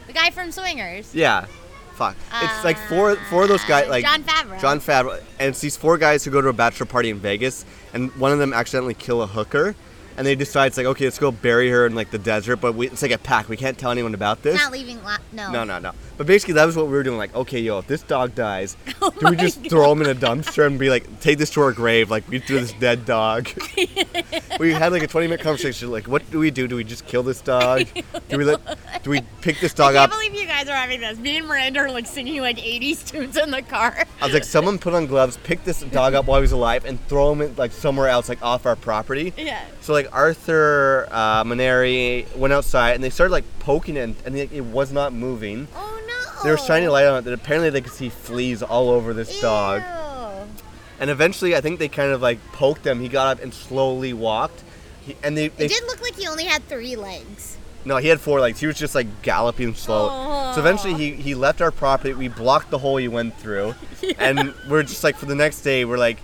the guy from Swingers. yeah, fuck. it's like four four of those guys, Uh, like John Favreau. John Favreau, and it's these four guys who go to a bachelor party in Vegas, and one of them accidentally kill a hooker, and they decide it's like, okay, let's go bury her in like the desert, but we, it's like a pack. We can't tell anyone about this. Not leaving. La- no. No, Oh. no, no. But basically, that was what we were doing. Like, okay, yo, if this dog dies, Oh do we just throw him in a dumpster and be like, take this to our grave? Like, we threw this dead dog. we had like a 20 minute conversation. Like, what do we do? Do we just kill this dog? Do we let? Do we pick this I dog can't up? believe you guys are having this. Me and Miranda are like singing like 80s tunes in the car. I was like, someone put on gloves, pick this dog up while he was alive, and throw him in, like somewhere else, like off our property. Yeah. So like Arthur uh, Maneri went outside and they started like poking it, and, and like, it was not moving. Oh no. They were shining a light on it, and apparently they could see fleas all over this dog. Ew. And eventually, I think they kind of like poked him. He got up and slowly walked. He, and they, they It did look like he only had three legs. no, he had four legs. He was just like galloping slow. So eventually, he, he left our property. We blocked the hole he went through, and we're just like for the next day, we're like,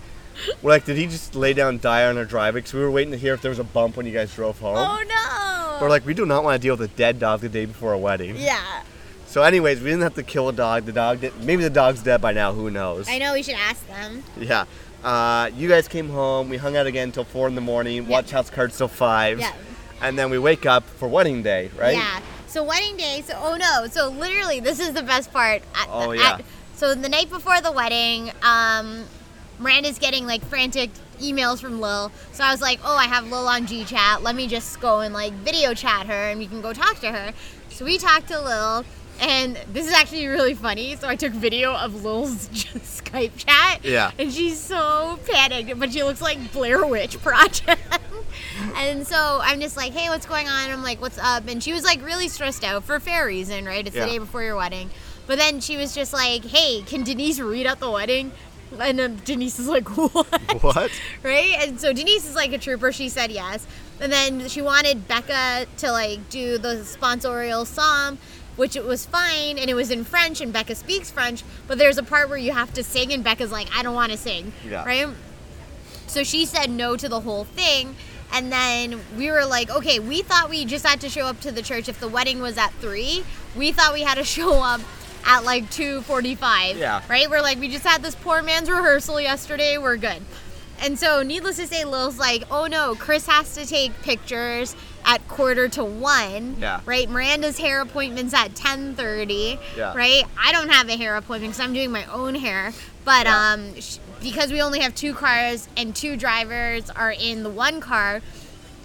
we're like, did he just lay down and die on our driveway? Because we were waiting to hear if there was a bump when you guys drove home. Oh We're like, we do not want to deal with a dead dog the day before a wedding. Yeah. So, anyways, we didn't have to kill a dog. The dog did. Maybe the dog's dead by now. Who knows? I know we should ask them. Yeah. Uh, you guys came home. We hung out again until four in the morning. Watch House Cards till five. Yeah. And then we wake up for wedding day, right? Yeah. So wedding day. So oh no. So literally, this is the best part. At, Oh, at- yeah. so the night before the wedding, um, Miranda's getting like frantic emails from Lil. So I was like, oh, I have Lil on G Chat. Let me just go and like video chat her, and we can go talk to her. So we talked to Lil. And this is actually really funny. So I took video of Lil's just Skype chat. Yeah. And she's so panicked, but she looks like Blair Witch Project. And so I'm just like, hey, what's going on? I'm like, what's up? And she was like really stressed out for fair reason, right? It's Yeah. the day before your wedding. But then she was just like, hey, can Denise read at the wedding? And then Denise is like, what? What? right? And so Denise is like a trooper. She said yes. And then she wanted Becca to like do the sponsorial psalm, which it was fine, and it was in French, and Becca speaks French. But there's a part where you have to sing, and Becca's like, I don't want to sing, Yeah. right? So she said no to the whole thing. And then we were like, okay, we thought we just had to show up to the church if the wedding was at three. We thought we had to show up at like 2:45. Yeah. Right? We're like, we just had this poor man's rehearsal yesterday. We're good. And so, needless to say, Lil's like, oh no, Chris has to take pictures at quarter to one. Yeah. Right. Miranda's hair appointment's at 10:30. Yeah. Right. I don't have a hair appointment because I'm doing my own hair. But Yeah. um, sh- because we only have two cars and two drivers are in the one car,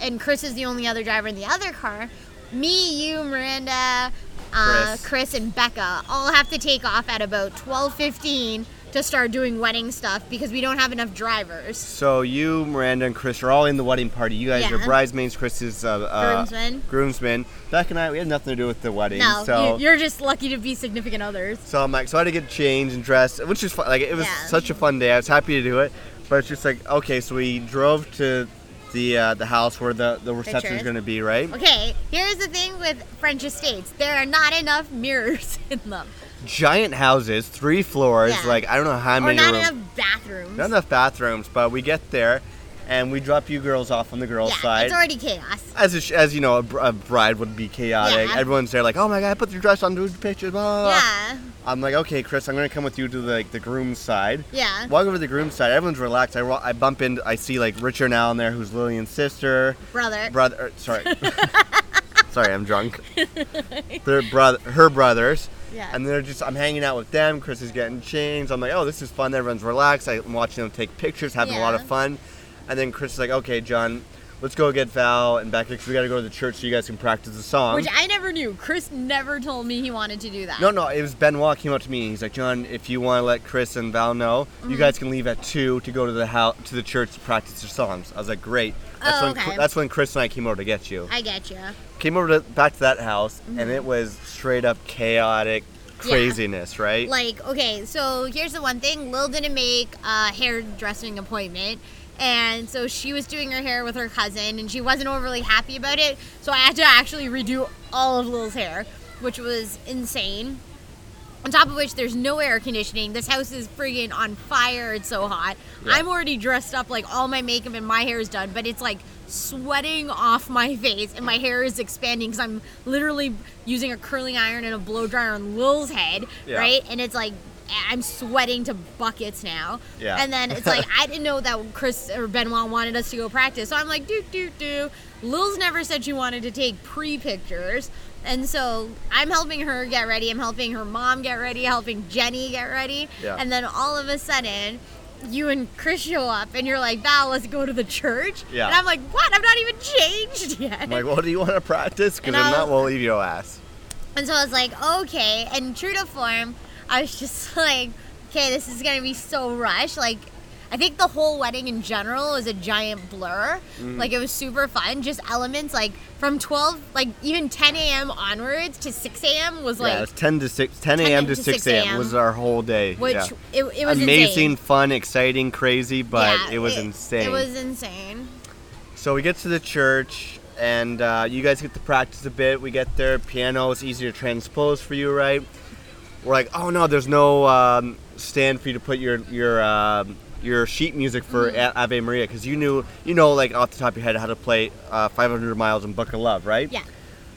and Chris is the only other driver in the other car. Me, you, Miranda, uh, Chris. Chris, and Becca all have to take off at about twelve fifteen to start doing wedding stuff because we don't have enough drivers. So you, Miranda, and Chris are all in the wedding party. You guys are Yeah. bridesmaids. Chris is uh, uh, Groomsmen. Groomsmen. Beck and I, we had nothing to do with the wedding. No, so you, you're just lucky to be significant others. so I'm like, so I had to get changed and dressed, which is fun. Like it was Yeah. such a fun day. I was happy to do it, but it's just like okay. So we drove to the uh, the house where the the reception is Pictures. going to be, right? Okay, here's the thing with French estates there are not enough mirrors in them, Giant houses, three floors. Yeah. Like I don't know how or many not rooms. enough bathrooms. Not enough bathrooms, but we get there, and we drop you girls off on the girls' yeah, side. it's already chaos. as a, sh- as you know, a, br- a bride would be chaotic. Yeah. Everyone's there like, oh my god, put your dress on, do the pictures, blah, blah, blah. Yeah, I'm like, okay, Chris, I'm gonna come with you to the, like the groom's side. yeah. Walk over to the groom's side. Everyone's relaxed. I, wa- I bump into, I see like Richard now in there, who's Lillian's sister, Brother. brother. er, Sorry, sorry, I'm drunk. Their brother, her brothers. Yeah. And they're just, I'm hanging out with them. Chris is getting changed. I'm like, oh, this is fun. Everyone's relaxed. I'm watching them take pictures, having a lot Yeah. of fun. And then Chris is like, okay, John, let's go get Val and Becca 'cause we got to go to the church so you guys can practice the song. Which I never knew. Chris never told me he wanted to do that. no, no, it was Benoit came up to me. He's like, John, if you want to let Chris and Val know, Mm-hmm. you guys can leave at two to go to the house to the church to practice their songs. I was like, great. That's Oh, when Chr- okay. that's when Chris and I came over to get you. I get you. came over to, back to that house Mm-hmm. and it was straight up chaotic craziness, right? Like, okay, so here's the one thing Lil didn't make a hairdressing appointment. And so she was doing her hair with her cousin, and she wasn't overly happy about it. So I had to actually redo all of Lil's hair, which was insane. On top of which, there's no air conditioning. This house is friggin' on fire. It's so hot. I'm already dressed up, like all my makeup and my hair is done, but it's like sweating off my face, and my hair is expanding because I'm literally using a curling iron and a blow dryer on Lil's head, Yeah. right? And it's like I'm sweating to buckets now. Yeah. And then it's like I didn't know that Chris or Benoit wanted us to go practice, so I'm like, do do do. Lil's never said she wanted to take pre pictures. And so I'm helping her get ready. I'm helping her mom get ready, helping Jenny get ready. Yeah. And then all of a sudden, you and Chris show up and you're like, Val, let's go to the church. Yeah. And I'm like, what? I'm not even changed yet. I'm like, well, do you want to practice? Because And if I not, was- we'll leave your ass. And so I was like, okay. And true to form, I was just like, okay, this is gonna be so rushed. Like, I think the whole wedding in general is a giant blur. Mm-hmm. Like, it was super fun. Just elements like from 12, like even 10 a.m. onwards to 6 a.m. was yeah, like, it's 10 to 6, 10 a.m. to 6 a.m. was our whole day. which yeah. it, it was Amazing, insane. fun, exciting, crazy, but Yeah, it was insane. It was insane. so we get to the church, and uh, you guys get to practice a bit. We get there, piano is easy to transpose for you, right? We're like, oh no, there's no um, stand for you to put your your um, your sheet music for Mm-hmm. A- Ave Maria because you knew you know like off the top of your head how to play uh, 500 Miles and Book of Love, right? Yeah.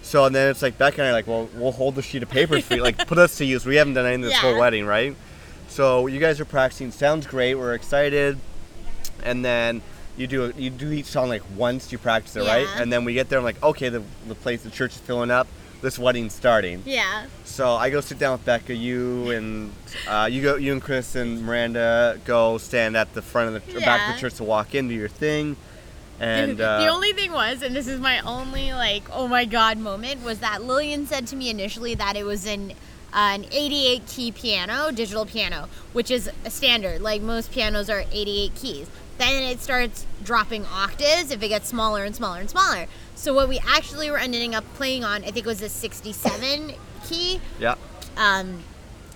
So and then it's like Becca and I are like, well, we'll hold the sheet of paper for you, like put us to use. We haven't done anything this whole Yeah. wedding, right? So you guys are practicing. Sounds great. We're excited. And then you do you do each song like once you practice it, right? Yeah. And then we get there. I'm like, okay, the, the place, the church is filling up. This wedding's starting. Yeah. So I go sit down with Becca. You and uh, you go. You and Chris and Miranda go stand at the front of the or back of Yeah. the church to walk in, do your thing. And uh, the only thing was, and this is my only like, oh my god moment, was that Lillian said to me initially that it was an uh, an 88 key piano, digital piano, which is a standard. Like most pianos are 88 keys. Then it starts dropping octaves if it gets smaller and smaller and smaller. So what we actually were ending up playing on, I think, was a 67 key yeah, um,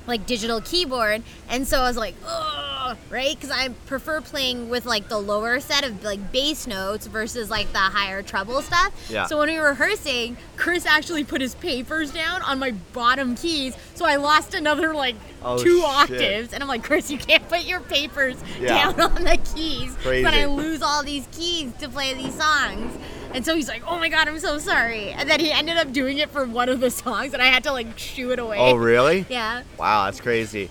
like digital keyboard, and so I was like, Ugh, right, because I prefer playing with like the lower set of like bass notes versus like the higher treble stuff. Yeah. So when we were rehearsing, Chris actually put his papers down on my bottom keys, so I lost another like Oh, two shit. octaves, and I'm like, Chris, you can't put your papers Yeah. down on the keys, Crazy. but I lose all these keys to play these songs. And so he's like, "Oh my god, I'm so sorry." And then he ended up doing it for one of the songs, and I had to like shoo it away. Oh, really? Yeah. Wow, that's crazy.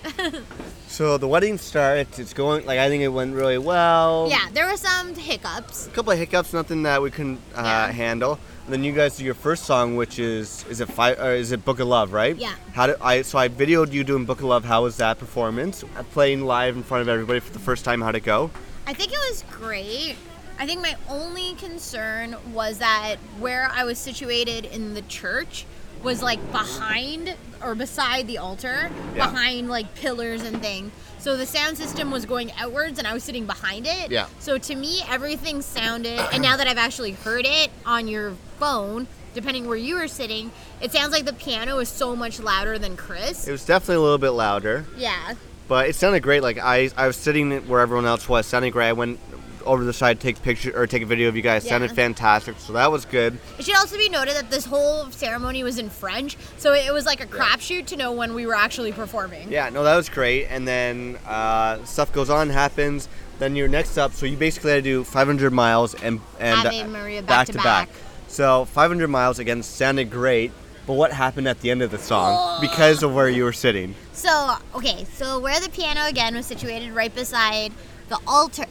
so the wedding starts. It's going like I think it went really well. Yeah, there were some hiccups. A couple of hiccups, nothing that we couldn't uh, Yeah. handle. And then you guys do your first song, which is is it five or is it Book of Love, right? Yeah. How did I? So I videoed you doing Book of Love. How was that performance? Uh, Playing live in front of everybody for the first time. How'd it go? I think it was great. I think my only concern was that where I was situated in the church was like behind or beside the altar, Yeah. behind like pillars and things. So the sound system was going outwards and I was sitting behind it. Yeah. So to me, everything sounded, and now that I've actually heard it on your phone, depending where you were sitting, it sounds like the piano is so much louder than Chris. It was definitely a little bit louder. yeah. But it sounded great. Like I, I was sitting where everyone else was. Sounded great. I went over to the side, take picture or take a video of you guys. Sounded Yeah. fantastic. So that was good. It should also be noted that this whole ceremony was in French, so it was like a crapshoot to know when we were actually performing. Yeah, no, that was great. And then uh, stuff goes on, happens. Then you're next up. So you basically had to do 500 miles and and Ave Maria back to back. So 500 miles again sounded great. But what happened at the end of the song because of where you were sitting? So, okay, so where the piano again was situated right beside the altar,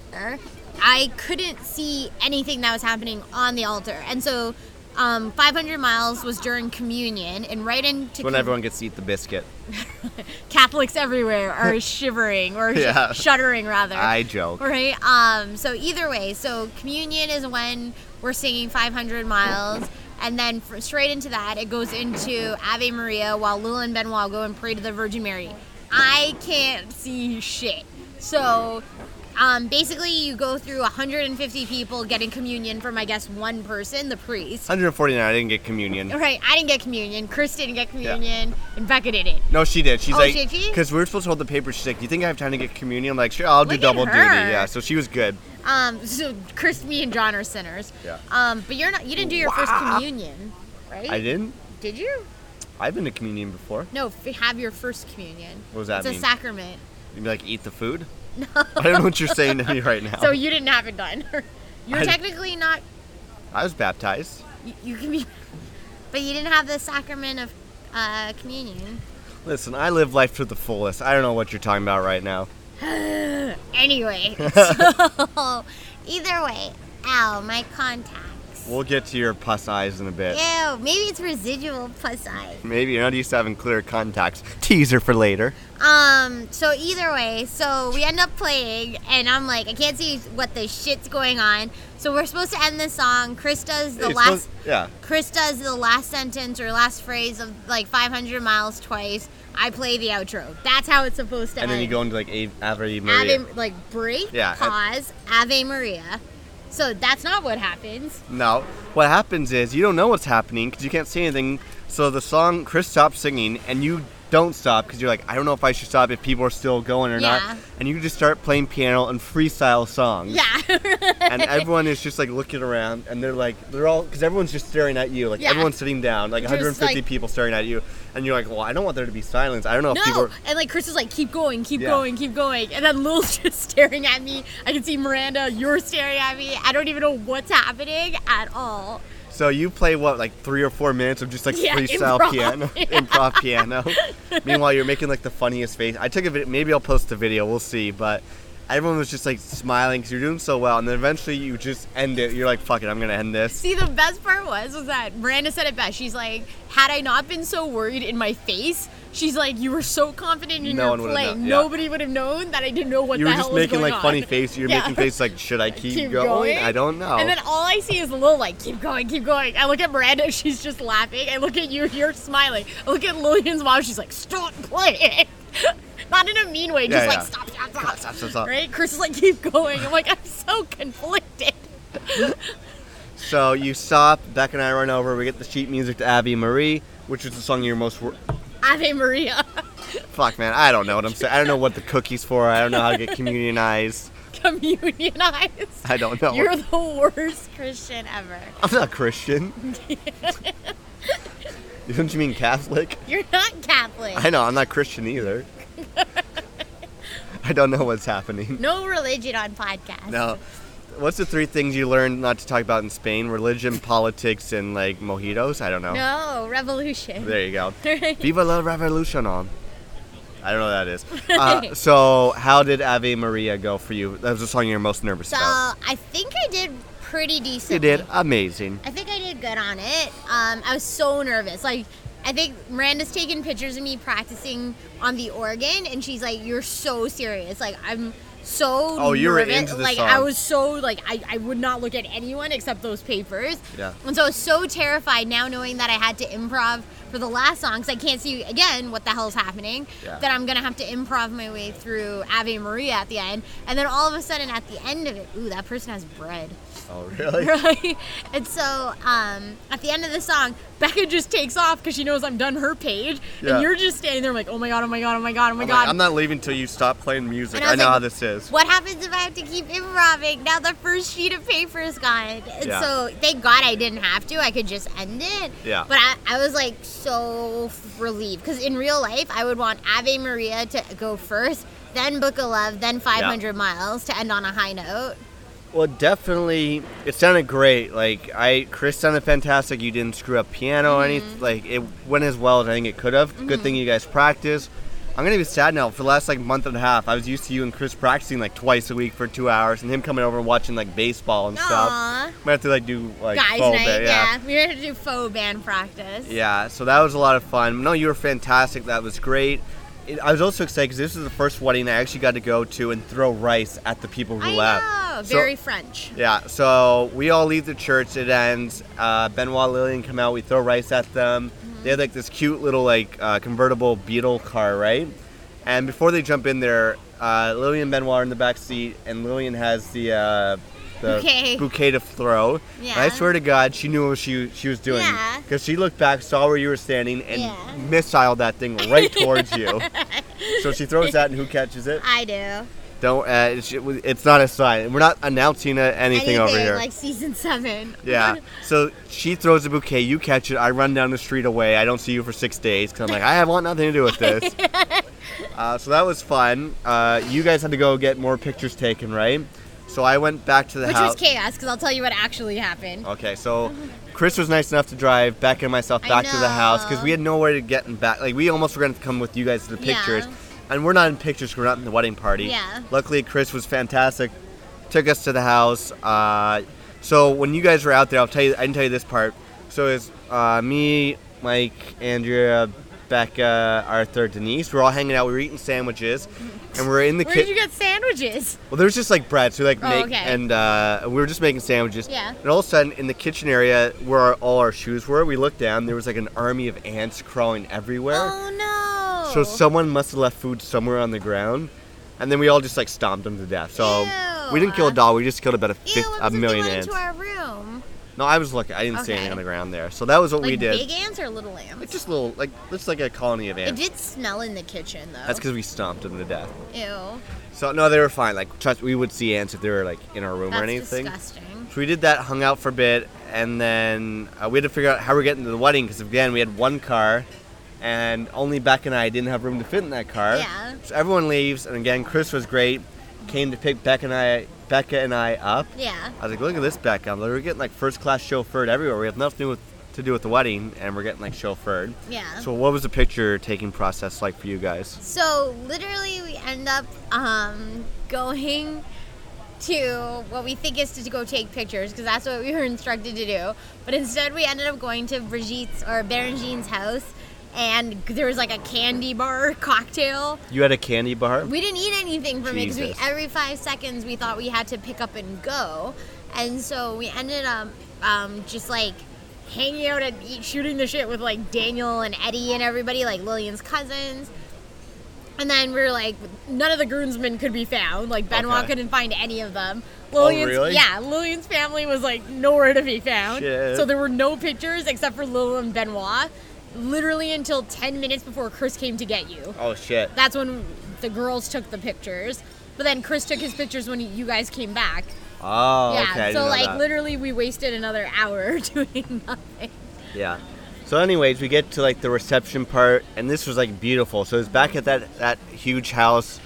I couldn't see anything that was happening on the altar. And so, um, 500 miles was during communion, and right into When com- everyone gets to eat the biscuit. Catholics everywhere are shivering or sh- Yeah. shuddering rather. I joke. Right. Um. So either way, so communion is when we're singing 500 miles, and then fr straight into that, it goes into Ave Maria while Lil and Benoit go and pray to the Virgin Mary. I can't see shit. So, um, basically, you go through 150 people getting communion from, I guess, one person, the priest. 149. I didn't get communion. Right. I didn't get communion. Chris didn't get communion, and Becca didn't. No, she did. She's Oh, like, did she? because we were supposed to hold the paper. She's like, you think I have time to get communion? I'm like, sure, I'll do Look at double duty. her. Yeah, so she was good. Um. So Chris, me, and John are sinners. Yeah. Um. But you're not. You didn't do your first communion, right? I didn't. Did you? I've been to communion before. No, f- have your first communion. What does that it's mean? a sacrament. You like eat the food? No. I don't know what you're saying to me right now. So you didn't have it done. You're Oh. I- technically not. I was baptized. You, you can be, but you didn't have the sacrament of uh, communion. Listen, I live life to the fullest. I don't know what you're talking about right now. Anyway, so either way, ow, my contacts. We'll get to your pus eyes in a bit. Ew, maybe it's residual plus eye. Maybe you're not used to having clear contacts. Teaser for later. Um, so either way, so we end up playing, and I'm like, I can't see what the shit's going on. So we're supposed to end the song. Chris does the It's last. supposed- yeah. Chris does the last sentence or last phrase of like 500 miles twice. I play the outro. That's how it's supposed to And end. then you go into like Ave, Ave Maria. Ave, like break, Yeah, Ave- pause, Ave Maria. So that's not what happens. No. What happens is you don't know what's happening because you can't see anything. So the song, Chris stops singing, and you don't stop because you're like, I don't know if I should stop if people are still going or Yeah. not. And you just start playing piano and freestyle songs. Yeah. And everyone is just like looking around, and they're like, they're all because everyone's just staring at you. Like Yeah. everyone's sitting down, like Just, 150 like- people staring at you, and you're like, well, I don't want there to be silence. I don't know if people. no. Are, And like Chris is like, keep going, keep Yeah. going, keep going. And then Lil's just staring at me. I can see Miranda, you're staring at me. I don't even know what's happening at all. So you play what, like three or four minutes of just like Yeah, freestyle improv. piano, improv piano. Meanwhile, you're making like the funniest face. I took a video. Maybe I'll post the video. We'll see. But everyone was just like smiling because you're doing so well, and then eventually you just end it. You're like, "Fuck it, I'm gonna end this." See, the best part was was that Miranda said it best. She's like, had I not been so worried in my face, she's like, you were so confident in No your one would've play. known, yeah. Nobody would have known that I didn't know what You the were hell just was making going like on. funny face. You're Yeah. making face like, "Should I keep, Keep going? going? I don't know." And then all I see is Lil like, keep going, keep going. I look at Miranda, she's just laughing. I look at you, you're smiling. I look at Lillian's mom, she's like, stop playing. Not in a mean way, just Yeah, like yeah. stop, stop, stop, stop, stop, stop. Right? Chris is like, keep going. I'm like, I'm so conflicted. so you stop. Beck and I run over. We get the sheet music to Abby Marie, which is the song you're most. Wor- Ave Maria. Fuck, man. I don't know what I'm saying. I don't know what the cookies for. I don't know how to get communionized. communionized. I don't know. You're the worst Christian ever. I'm not Christian. Don't you mean Catholic? You're not Catholic. I know, I'm not Christian either. I don't know what's happening. no religion on podcast. No. What's the three things you learned not to talk about in Spain? Religion, politics, and like mojitos. I don't know. No, revolution. There you go. Viva la revolution on. I don't know what that is. Uh, so, how did Ave Maria go for you? That was the song you were most nervous So about. I think I did pretty decent. You did amazing. I think I did good on it. Um, I was so nervous. Like, I think Miranda's taking pictures of me practicing on the organ, and she's like, "You're so serious. Like, I'm so Oh, you were nervous. into the like, song. I was so like, I, I would not look at anyone except those papers. Yeah. And so I was so terrified now, knowing that I had to improv for the last song, because I can't see again what the hell's happening. Yeah. That I'm gonna have to improv my way through Ave Maria at the end, and then all of a sudden at the end of it, ooh, that person has bread Oh, really? right? And so um, at the end of the song, Becca just takes off because she knows I'm done her page, Yeah. And you're just standing there like, oh my god, oh my god, oh my god, oh my I'm, god. like, I'm not leaving till you stop playing music. And I, I was know like, how this is. What happens if I have to keep improving? Now the first sheet of paper is gone. And Yeah. so thank God I didn't have to. I could just end it. Yeah. But I, I was like so relieved because in real life, I would want Ave Maria to go first, then Book of Love, then 500 Miles to end on a high note. Well, definitely, it sounded great. Like I, Chris sounded fantastic. You didn't screw up piano or anything. Mm-hmm. Like it went as well as I think it could have. Good thing you guys practiced. I'm gonna be sad now. For the last like month and a half, I was used to you and Chris practicing like twice a week for two hours, and him coming over and watching like baseball and stuff. Aw. I'm gonna have to like do like Guys' full night, band, yeah. We were gonna do faux band practice. yeah, so that was a lot of fun. No, you were fantastic. That was great. It, I was also excited because this is the first wedding I actually got to go to and throw rice at the people who I left. know. So- Very French. yeah, so we all leave the church. It ends. Uh, Benoit, Lillian come out. We throw rice at them. Mm-hmm. They had like this cute little like uh, convertible Beetle car, right? And before they jump in there, uh, Lillian and Benoit are in the back seat, and Lillian has the uh, the Bouquet. to throw. And I Yeah. swear to God, she knew what she she was doing Yeah. because she looked back, saw where you were standing, and Yeah. missiled that thing right towards you. So she throws that, and who catches it? I do. Don't. Uh, it's, it's not a sign. We're not announcing uh, anything, over here. Like season seven. Yeah. So she throws a bouquet, you catch it, I run down the street away. I don't see you for six days because I'm like, I have want nothing to do with this. uh, so that was fun. Uh, you guys had to go get more pictures taken, right? So I went back to the Which house. was chaos because I'll tell you what actually happened. Okay, so Chris was nice enough to drive Becca and myself I back to the house because know. we had nowhere to get in back. Like we almost were gonna come with you guys to the Yeah. pictures, and we're not in pictures. 'cause We're not in the wedding party. Yeah. Luckily, Chris was fantastic. Took us to the house. Uh, so when you guys were out there, I'll tell you. I didn't tell you this part. So it's uh, me, Mike, Andrea, Becca, Arthur, Denise. We're all hanging out. We were eating sandwiches, and we're in the Where did kitchen. you get sandwiches? Well, there's just like bread, so we like Oh, make okay. and uh, we were just making sandwiches. Yeah. And all of a sudden, in the kitchen area where our, all our shoes were, we looked down. There was like an army of ants crawling everywhere. Oh no. So someone must have left food somewhere on the ground, and then we all just like stomped them to death. So we didn't kill a Ew. doll. We just killed about a, Ew, fif- what a was it they million went ants. into our room. no, I was lucky. I didn't see Okay. anything on the ground there. So that was what Like we did. big ants or little ants? Like just little, like just like a colony of it ants. did smell in the kitchen though. That's because we stomped them to death. Ew. So no, they were fine. Like trust, we would see ants if they were like in our room That's or anything. disgusting. So we did that, hung out for a bit, and then uh, we had to figure out how we're getting to the wedding because again we had one car, and only Beck and I didn't have room to fit in that car. Yeah. So everyone leaves, and again Chris was great, came to pick Beck and I, Becca and I up. Yeah. I was like, look at this Becca, we're getting like first class chauffeured everywhere. We have nothing to do with, to do with the wedding, and we're getting like chauffeured. Yeah. So what was the picture taking process like for you guys? So literally, we end up um, going to what we think is to go take pictures because that's what we were instructed to do. But instead, we ended up going to Brigitte's or Berengine's house, and there was like a candy bar cocktail. You had a candy bar. We didn't eat anything from it Jesus. because every five seconds we thought we had to pick up and go, and so we ended up um, just like hanging out and eat, shooting the shit with like Daniel and Eddie and everybody, like Lillian's cousins. And then we were like, none of the groomsmen could be found. Like Benoit Okay. Oh, couldn't find any of them. Lillian's, really? Yeah, Lillian's family was like nowhere to be found. Shit. So there were no pictures except for Lil and Benoit. Literally until ten minutes before Chris came to get you oh shit. that's when the girls took the pictures. But then Chris took his pictures when you guys came back. Oh yeah. okay. I didn't so know like that. literally we wasted another hour doing nothing. Yeah. So, anyways, we get to like the reception part, and this was like beautiful. So it's back at that that huge house.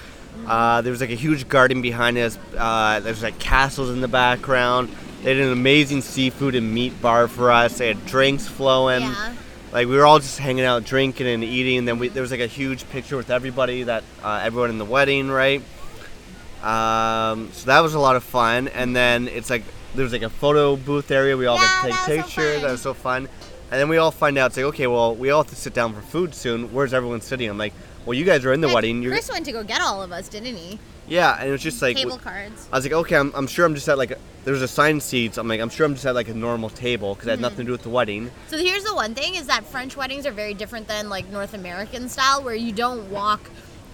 Uh, there was like a huge garden behind us. Uh, there's like castles in the background. They did an amazing seafood and meat bar for us. They had drinks flowing. Yeah. Like we were all just hanging out, drinking and eating. And then we, there was like a huge picture with everybody that uh, everyone in the wedding, right? Um, so that was a lot of fun. And then it's like there was like a photo booth area. We all got to Yeah, take that was so pictures. that fun. was so fun. And then we all find out it's like, okay, well, we all have to sit down for food soon. Where's everyone sitting? I'm like, well, you guys are in the Heck, wedding. You're, Chris went to go get all of us, didn't he? yeah, and it was just like Table cards. I was like, okay, I'm, I'm sure I'm just at like a, there was assigned seats. I'm like, I'm sure I'm just at like a normal table Mm-hmm. because it had nothing to do with the wedding. So here's the one thing is that French weddings are very different than like North American style where you don't walk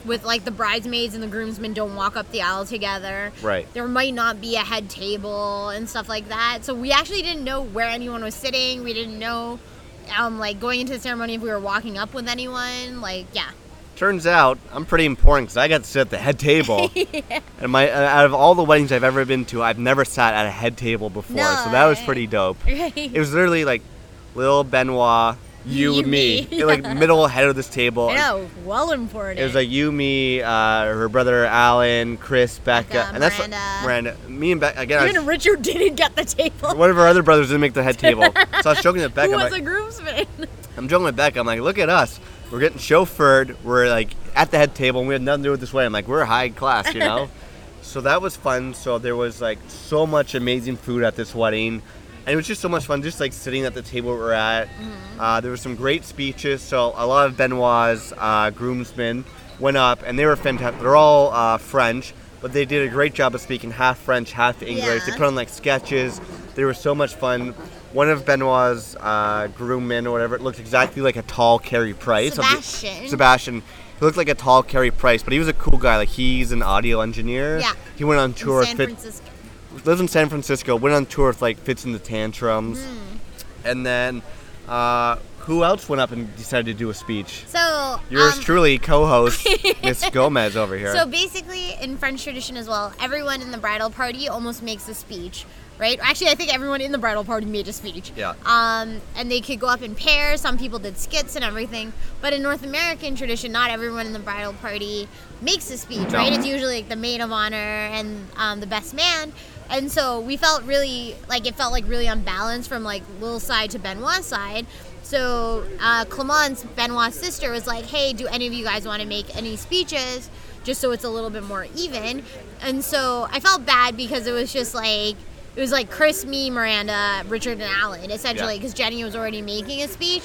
with like the bridesmaids and the groomsmen don't walk up the aisle together. Right. There might not be a head table and stuff like that. So we actually didn't know where anyone was sitting. We didn't know um like going into the ceremony if we were walking up with anyone. Like yeah. Turns out I'm pretty important because I got to sit at the head table. And my uh, out of all the weddings I've ever been to, I've never sat at a head table before, so that was Nice. pretty dope. It was literally like Lil Benoit, you, You, and me, me. You're, like middle head of this table. I know, well important. It was like you, me, uh, her brother Alan, Chris, Becca, Becca, and that's what- Miranda. Miranda. Me and Becca again. I even was- Richard didn't get the table. one of our other brothers didn't make the head table, so I was joking with Becca. Who I'm was like- a groomsman? I'm joking with Becca. I'm like, look at us. We're getting chauffeured. We're like at the head table, and we had nothing to do with this way. I'm like, we're high class, you know. so that was fun. So there was like so much amazing food at this wedding, and it was just so much fun, just like sitting at the table we're at. Mm-hmm. Uh, there were some great speeches. So a lot of Benoit's uh, groomsmen went up, and they were fantastic. They're all uh, French, but they did a great job of speaking half French, half English. They Yeah. put on like sketches. They were so much fun. One of Benoit's uh, groommen or whatever, it looked exactly like a tall Carey Price. of the- Sebastian. Sebastian. He looked like a tall Carey Price, but he was a cool guy. Like he's an audio engineer. Yeah. He went on tour. In with San Fit- Francisco. lives in San Francisco. Went on tour with like Fits in the Tantrums, Hmm. and then uh, who else went up and decided to do a speech? So Yours um, truly, co-host Miss Gomez over here. So basically, in French tradition as well, everyone in the bridal party almost makes a speech, right? Actually, I think everyone in the bridal party made a speech. Yeah. Um, and they could go up in pairs. Some people did skits and everything. But in North American tradition, not everyone in the bridal party makes a speech, No. right? It's usually like the maid of honor and um, the best man. And so we felt really like it felt like really unbalanced from like Lil's side to Benoit's side. So uh, Clemence, Benoit's sister, was like, "Hey, do any of you guys want to make any speeches?" Just so it's a little bit more even. And so I felt bad because it was just like it was like Chris, me, Miranda, Richard, and Alan essentially Yeah. because Jenny was already making a speech.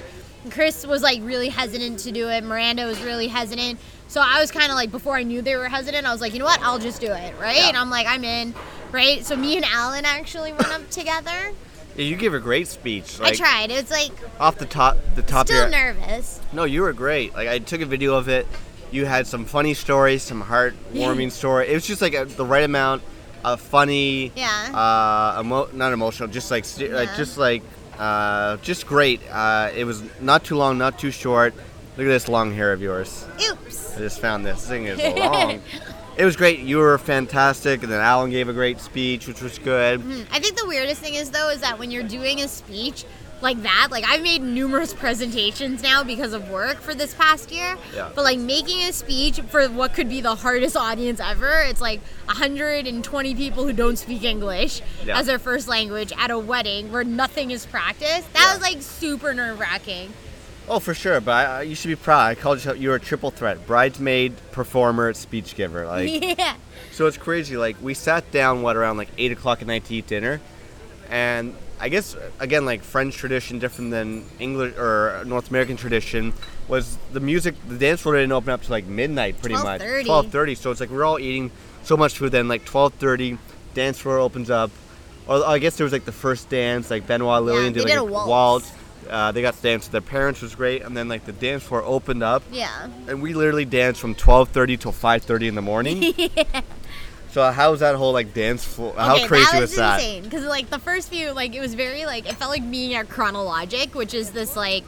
Chris was like really hesitant to do it. Miranda was really hesitant. So I was kind of like, before I knew they were hesitant, I was like, you know what? I'll just do it, right? And I'm like, I'm in, right? So me and Alan actually went up together. Yeah, you gave a great speech. I Like, tried. It's like Off the top, the top still of your, nervous. No, you were great. Like I took a video of it. You had some funny stories, some heartwarming story. It was just like a, the right amount of funny. Yeah. Uh, emo- not emotional, just like st- like Yeah. just like uh, just great. Uh, it was not too long, not too short. Look at this long hair of yours. Oops. I just found this thing is long. It was great. You were fantastic, and then Alan gave a great speech, which was good. I think the weirdest thing is though is that when you're doing a speech like that, like I've made numerous presentations now because of work for this past year. Yeah. But like making a speech for what could be the hardest audience ever, it's like 120 people who don't speak English Yeah. as their first language at a wedding where nothing is practiced. That was like super nerve wracking. Oh, for sure, but I, I- you should be proud. I called you. You were a triple threat: bridesmaid, performer, speech giver. Like yeah. So it's crazy. Like we sat down what around like eight o'clock at night to eat dinner, and I guess again like French tradition different than English or North American tradition was the music. The dance floor didn't open up to like midnight pretty much 12:30. twelve thirty. So it's like we're all eating so much food. Then like twelve thirty, dance floor opens up. Or I guess there was like the first dance. Like Benoit Lillian they did like did a waltz. Uh, they got to dance with their parents, was great. And then like the dance floor opened up Yeah. and we literally danced from 12:30 till 5:30 in the morning. So how was that whole like dance floor? How okay, crazy that was was, that? insane because like the first few like it was very like it felt like being at chronologic which is this like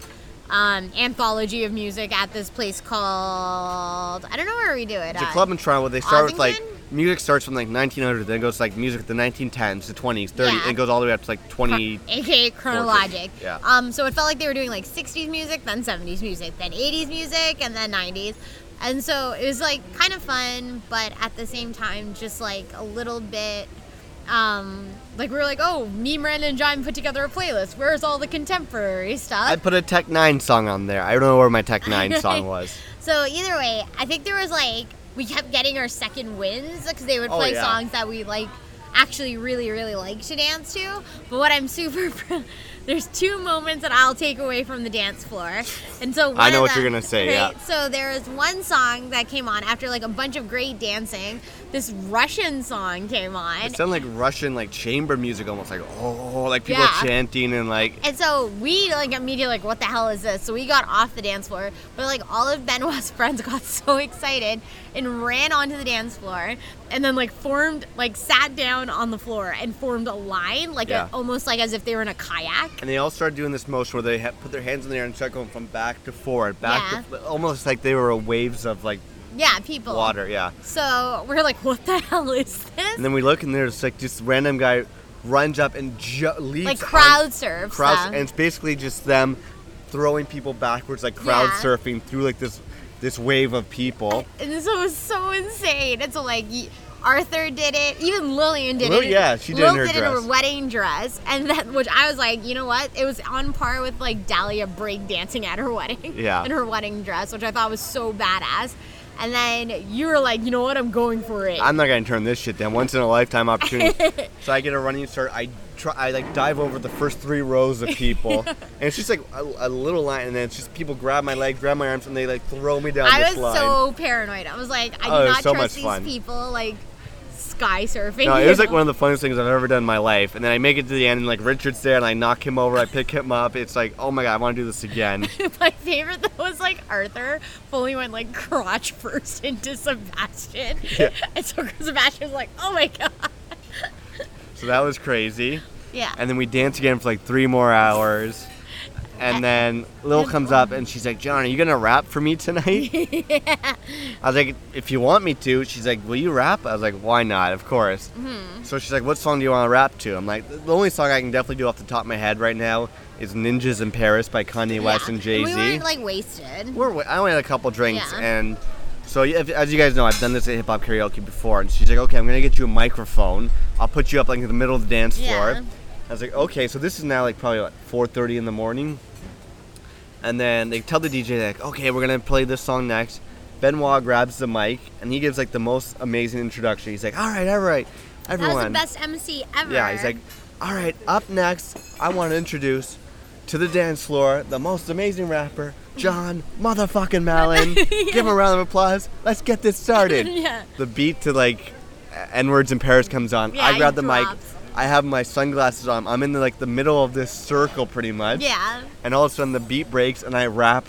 um, anthology of music at this place called i don't know where we do it It's a at. club in Toronto. They start with like Ossington? music starts from like 1900, then it goes like music of the 1910s, the 20s, 30s, Yeah. and it goes all the way up to like 20. aka chronologic Yeah. um so it felt like they were doing like 60s music then 70s music then 80s music and then 90s And so it was like kind of fun, but at the same time, just like a little bit. Um, like we were like, oh, me, Miranda, and John put together a playlist. Where's all the contemporary stuff? I put a Tech Nine song on there. I don't know where my Tech Nine song was. So either way, I think there was like we kept getting our second wins because they would Oh, play yeah. songs that we like actually really really like to dance to. But what I'm super pr- there's two moments that I'll take away from the dance floor, and so one I know of what you're them- gonna say, yeah. Right, So there was one song that came on after like a bunch of great dancing. This Russian song came on, It sounded like Russian, like chamber music, almost like oh, like people Yeah. chanting and like And so we like immediately like, what the hell is this? So we got off the dance floor, but like all of Benoit's friends got so excited and ran onto the dance floor, and then like formed like sat down on the floor and formed a line, like Yeah. a, almost like as if they were in a kayak. and they all started doing this motion where they ha- put their hands in the air and started going from back to forward, back to almost like they were waves of like Yeah, people. water, yeah. So we're like, what the hell is this? And then we look and there's like this random guy runs up and ju- leaps Like on- crowd surf. crowd, stuff. and it's basically just them throwing people backwards, like crowd Yeah. surfing through like this this wave of people. And so it was so insane. It's like y- Arthur did it. Even Lillian did Lil- it. yeah, she did Lil in her did it in dress. her wedding dress, and that which I was like, you know what? It was on par with like Dahlia break dancing at her wedding. Yeah. In her wedding dress, which I thought was so badass. And then you were like, you know what? I'm going for it. I'm not gonna turn this shit down. Once in a lifetime opportunity. so I get a running start. I try. I like dive over the first three rows of people, and it's just like a, a little line, and then it's just people grab my leg, grab my arms, and they like throw me down I this was line. so paranoid. I was like, I do Oh, it was not so much trust these fun. people like sky surfing. no, it you was like know? one of the funniest things I've ever done in my life. And then I make it to the end, and like Richard's there, and I knock him over, I pick him up. It's like, oh my god, I want to do this again. My favorite though was like Arthur fully went like crotch first into Sebastian. Yeah. And so Sebastian was like, oh my god. so that was crazy. Yeah. and then we dance again for like three more hours. And then Lil comes up and she's like, John, are you gonna rap for me tonight? I was like, if you want me to. She's like, will you rap? I was like, why not? Of course. Mm-hmm. So she's like, what song do you want to rap to? I'm like, the only song I can definitely do off the top of my head right now is Ninjas in Paris by Kanye West and Jay Z. We weren't like wasted. We're, wa- I only had a couple drinks, Yeah. and so y- if, as you guys know, I've done this at hip hop karaoke before. And she's like, "Okay, I'm gonna get you a microphone. I'll put you up like in the middle of the dance Yeah. floor." I was like, "Okay." So this is now like probably like 4:30 in the morning, and then they tell the DJ like, "Okay, we're gonna play this song next." Benoit grabs the mic and he gives like the most amazing introduction. He's like, "All right, all right, that everyone." was the best MC ever. Yeah, he's like, all right, up next, I want to introduce to the dance floor the most amazing rapper, John motherfucking Malin. Give him a round of applause. Let's get this started. Yeah. The beat to like N words in Paris comes on. Yeah, I grab he the mic. drops. I have my sunglasses on. I'm in the, like the middle of this circle pretty much. Yeah. And all of a sudden the beat breaks and I rap.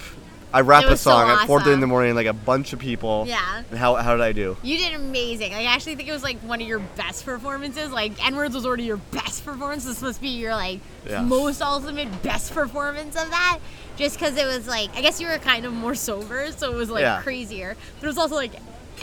I rap It a was so song at 4:30 in the awesome. morning like a bunch of people. Yeah. And how how did I do? You did amazing. I actually think it was like one of your best performances. Like N Words was already your best performance. This must be your like Yeah. most ultimate best performance of that. Just because it was like I guess you were kind of more sober, so it was like Yeah. crazier. But it was also like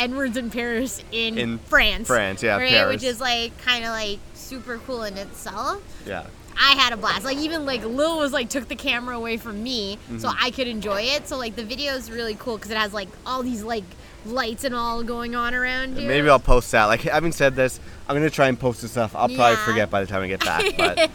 N Words in Paris in, In France. France, yeah, right, Paris. which is like kind of like super cool in itself. Yeah. I had a blast. Like even like Lil was like took the camera away from me so Mm-hmm. I could enjoy it. So like the video is really cool because it has like all these like lights and all going on around you. Maybe I'll post that. Like having said this, I'm gonna try and post this stuff. I'll probably Yeah. forget by the time I get back.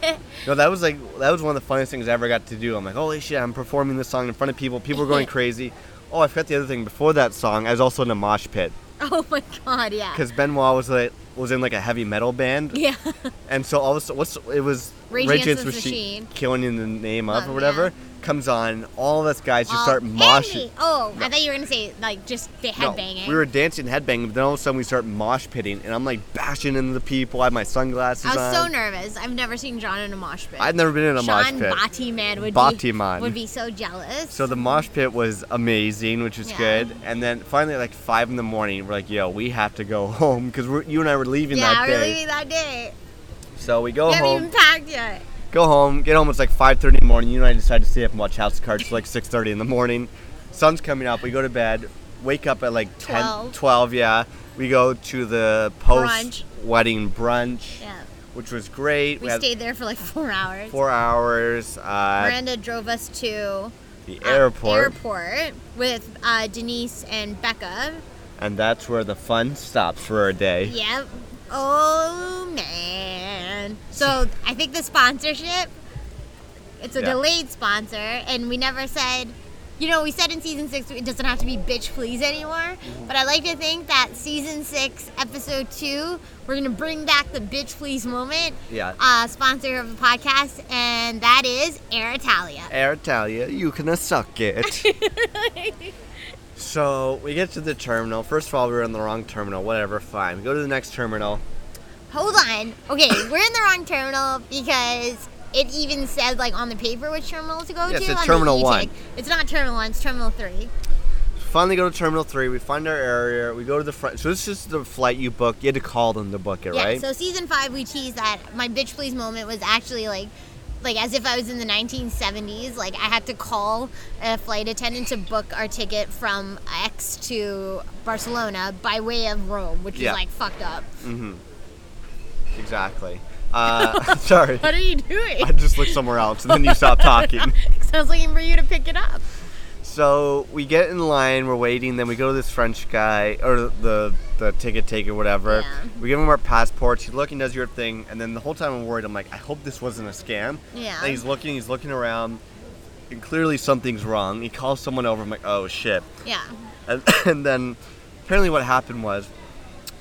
But no, that was like that was one of the funniest things I ever got to do. I'm like, holy shit, I'm performing this song in front of people. People are going crazy. Oh, I forgot the other thing. Before that song, I was also in a mosh pit Oh my god, yeah. because Benoit was like was in like a heavy metal band, Yeah. and so all of a sudden, what's it was Rage Against the Machine. killing in the name of Love, or yeah. whatever, comes on. All of us guys just All- start and moshing. me. Oh, I thought you were gonna say like just the No, headbanging. we were dancing headbanging, but then all of a sudden we start mosh pitting, and I'm like bashing into the people. I have my sunglasses I was on. so nervous. I've never seen John in a mosh pit. I've never been in a mosh John pit. Batiman would Batiman. be would be so jealous. So the mosh pit was amazing, which was Yeah. good. And then finally, like five in the morning, we're like, "Yo, we have to go home because you and I were leaving yeah, that we're day." leaving that day. So we go we haven't home, even packed yet. go home, get home. It's like 5:30 in the morning. You and I decide to stay up and watch House of Cards till like 6:30 in the morning. Sun's coming up. We go to bed. Wake up at like 10, 12. Twelve. yeah. We go to the post Brunch. wedding brunch, Yeah. which was great. We had stayed there for like four hours. four hours. Uh, Miranda drove us to the uh, airport, airport with uh, Denise and Becca. and that's where the fun stops for a day. Yep. Oh man. So I think the sponsorship. It's a Yeah. delayed sponsor, and we never said. You know, we said in season six it doesn't have to be bitch please anymore. Mm-hmm. But I like to think that season six, episode two, we're gonna bring back the bitch please moment. Yeah. Uh, sponsor of the podcast, and that is Air Italia. Air Italia, you can suck it. so we get to the terminal. First of all, we were in the wrong terminal. Whatever, fine. We go to the next terminal. Hold on. Okay, we're in the wrong terminal because it even said like on the paper which terminal to go Yeah, it to. said on the terminal e-tag. one. It's not terminal one. It's terminal three. Finally, go to terminal three. We find our area. We go to the front. So this is the flight you booked. You had to call them to book it, Yeah. right? So season five, we teased that my bitch please moment was actually like. Like as if I was in the 1970s. Like I had to call a flight attendant to book our ticket from X to Barcelona by way of Rome, which Yeah. is like fucked up. exactly. Uh, sorry, What are you doing? I just looked somewhere else, and then you stopped talking. So I was looking for you to pick it up. So we get in line, we're waiting, then we go to this French guy or the the ticket taker, whatever. Yeah. We give him our passports. He's looking, does your thing, and then the whole time I'm worried. I'm like, I hope this wasn't a scam. Yeah. And he's looking, he's looking around, and clearly something's wrong. He calls someone over. I'm like, oh shit. Yeah. And, and then apparently what happened was,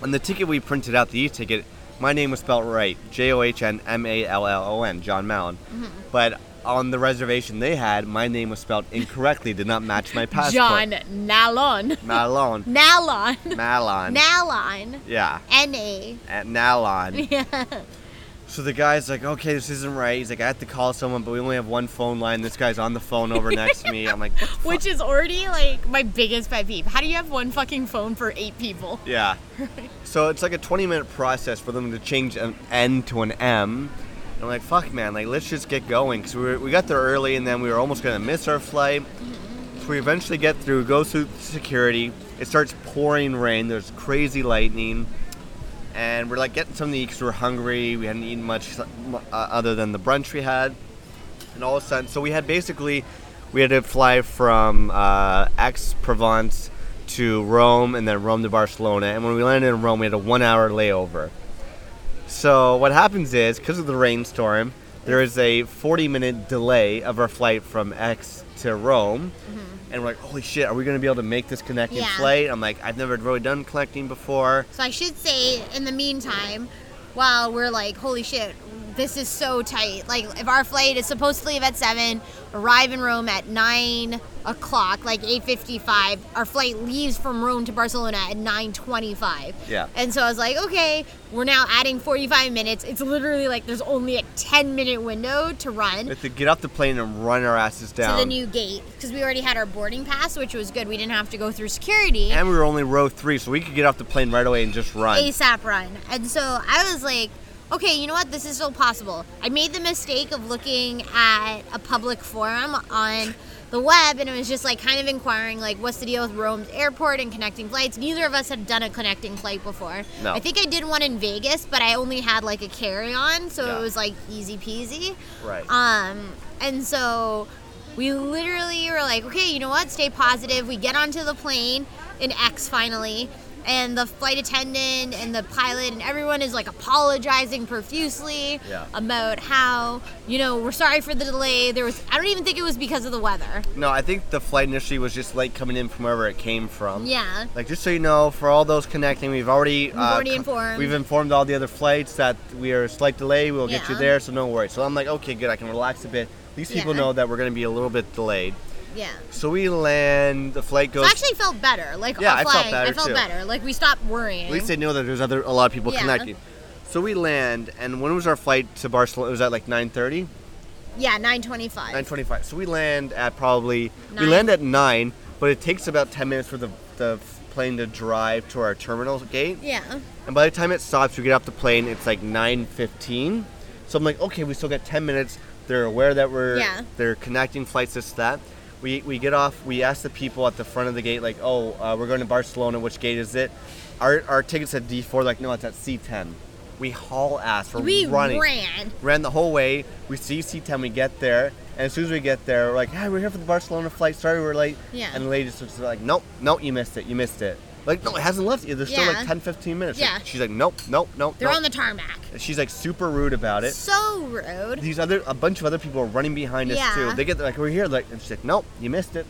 on the ticket we printed out, the e-ticket, my name was spelled right, J-O-H-N-M-A-L-L-O-N, John Mallon. But on the reservation they had, my name was spelled incorrectly, did not match my passport. John Nalon. Malone. Nalon. Malon. Nalon. yeah. N A. At Nalon. Yeah. So the guy's like, okay, this isn't right. He's like, I have to call someone, but we only have one phone line. This guy's on the phone over next to me. I'm like, Which is already like my biggest pet peeve. How do you have one fucking phone for eight people? Yeah. So it's like a 20 minute process for them to change an N to an M. And I'm like, fuck, man, like, let's just get going. Because we, were- we got there early and then we were almost going to miss our flight. So we eventually get through, go through security. It starts pouring rain, there's crazy lightning. And we're like getting something to eat because we're hungry. We hadn't eaten much uh, other than the brunch we had. And all of a sudden, so we had basically, we had to fly from uh, Aix-Provence to Rome and then Rome to Barcelona. And when we landed in Rome, we had a one hour layover. So what happens is, because of the rainstorm, there is a 40 minute delay of our flight from X to Rome. And we're like, holy shit, are we going to be able to make this connecting Yeah. flight? I'm like, I've never really done connecting before. So I should say, in the meantime, while we're like, holy shit, this is so tight. Like, if our flight is supposed to leave at seven, arrive in Rome at nine o'clock, like eight fifty-five. Our flight leaves from Rome to Barcelona at nine twenty-five. Yeah. And so I was like, okay, we're now adding forty-five minutes. It's literally like there's only a ten-minute window to run. We have to get off the plane and run our asses down. to the new gate because we already had our boarding pass, which was good. We didn't have to go through security. and we were only row three, so we could get off the plane right away and just run. ASAP run. And so I was like, okay, you know what? This is still possible. I made the mistake of looking at a public forum on the web and it was just like kind of inquiring like what's the deal with Rome's airport and connecting flights. Neither of us had done a connecting flight before. No. I think I did one in Vegas, but I only had like a carry-on, so Yeah. it was like easy peasy. Right. Um, and so we literally were like, okay, you know what? Stay positive. We get onto the plane in X finally, and the flight attendant and the pilot and everyone is like apologizing profusely Yeah. about how, you know, we're sorry for the delay. There was, I don't even think it was because of the weather. No, I think the flight initially was just late coming in from wherever it came from. Yeah. Like just so you know, for all those connecting, we've already we've already informed. We've informed all the other flights that we are a slight delay. We'll get you Yeah. there, so no worry. So I'm like, okay, good. I can relax a bit. These people Yeah. know that we're going to be a little bit delayed. Yeah. So we land. The flight So goes. I actually felt better. Like, Yeah, I our felt flight, better, I felt too. better. Like, we stopped worrying. at least they know that there's other a lot of people Yeah. connecting. So we land, and when was our flight to Barcelona? It was at like 9:30, yeah, 925. 9:25. So we land at probably we Nine. land at nine, but it takes about 10 minutes for the the plane to drive to our terminal gate. yeah. And by the time it stops, we get off the plane. It's like 9:15. So I'm like, okay, we still got 10 minutes. They're aware that we're Yeah. they're connecting flights. This that. We we get off. We ask the people at the front of the gate, like, oh, uh, we're going to Barcelona. Which gate is it? Our our tickets at D4. Like, no, it's at C10. We haul ass. We're We running. ran. Ran the whole way. We see C10. We get there. And as soon as we get there, we're like, yeah, we're here for the Barcelona flight. Sorry, we're late. Yeah. And the lady just was like, nope, nope, you missed it. You missed it. Like, no, it hasn't left yet. There's still Yeah. like 10, 15 minutes. Yeah. She's like, nope, nope, nope. They're nope. on the tarmac. She's like super rude about it. So rude. These other, a bunch of other people are running behind us Yeah. too. They get there, like, we're here. Like, and she's like, nope, you missed it.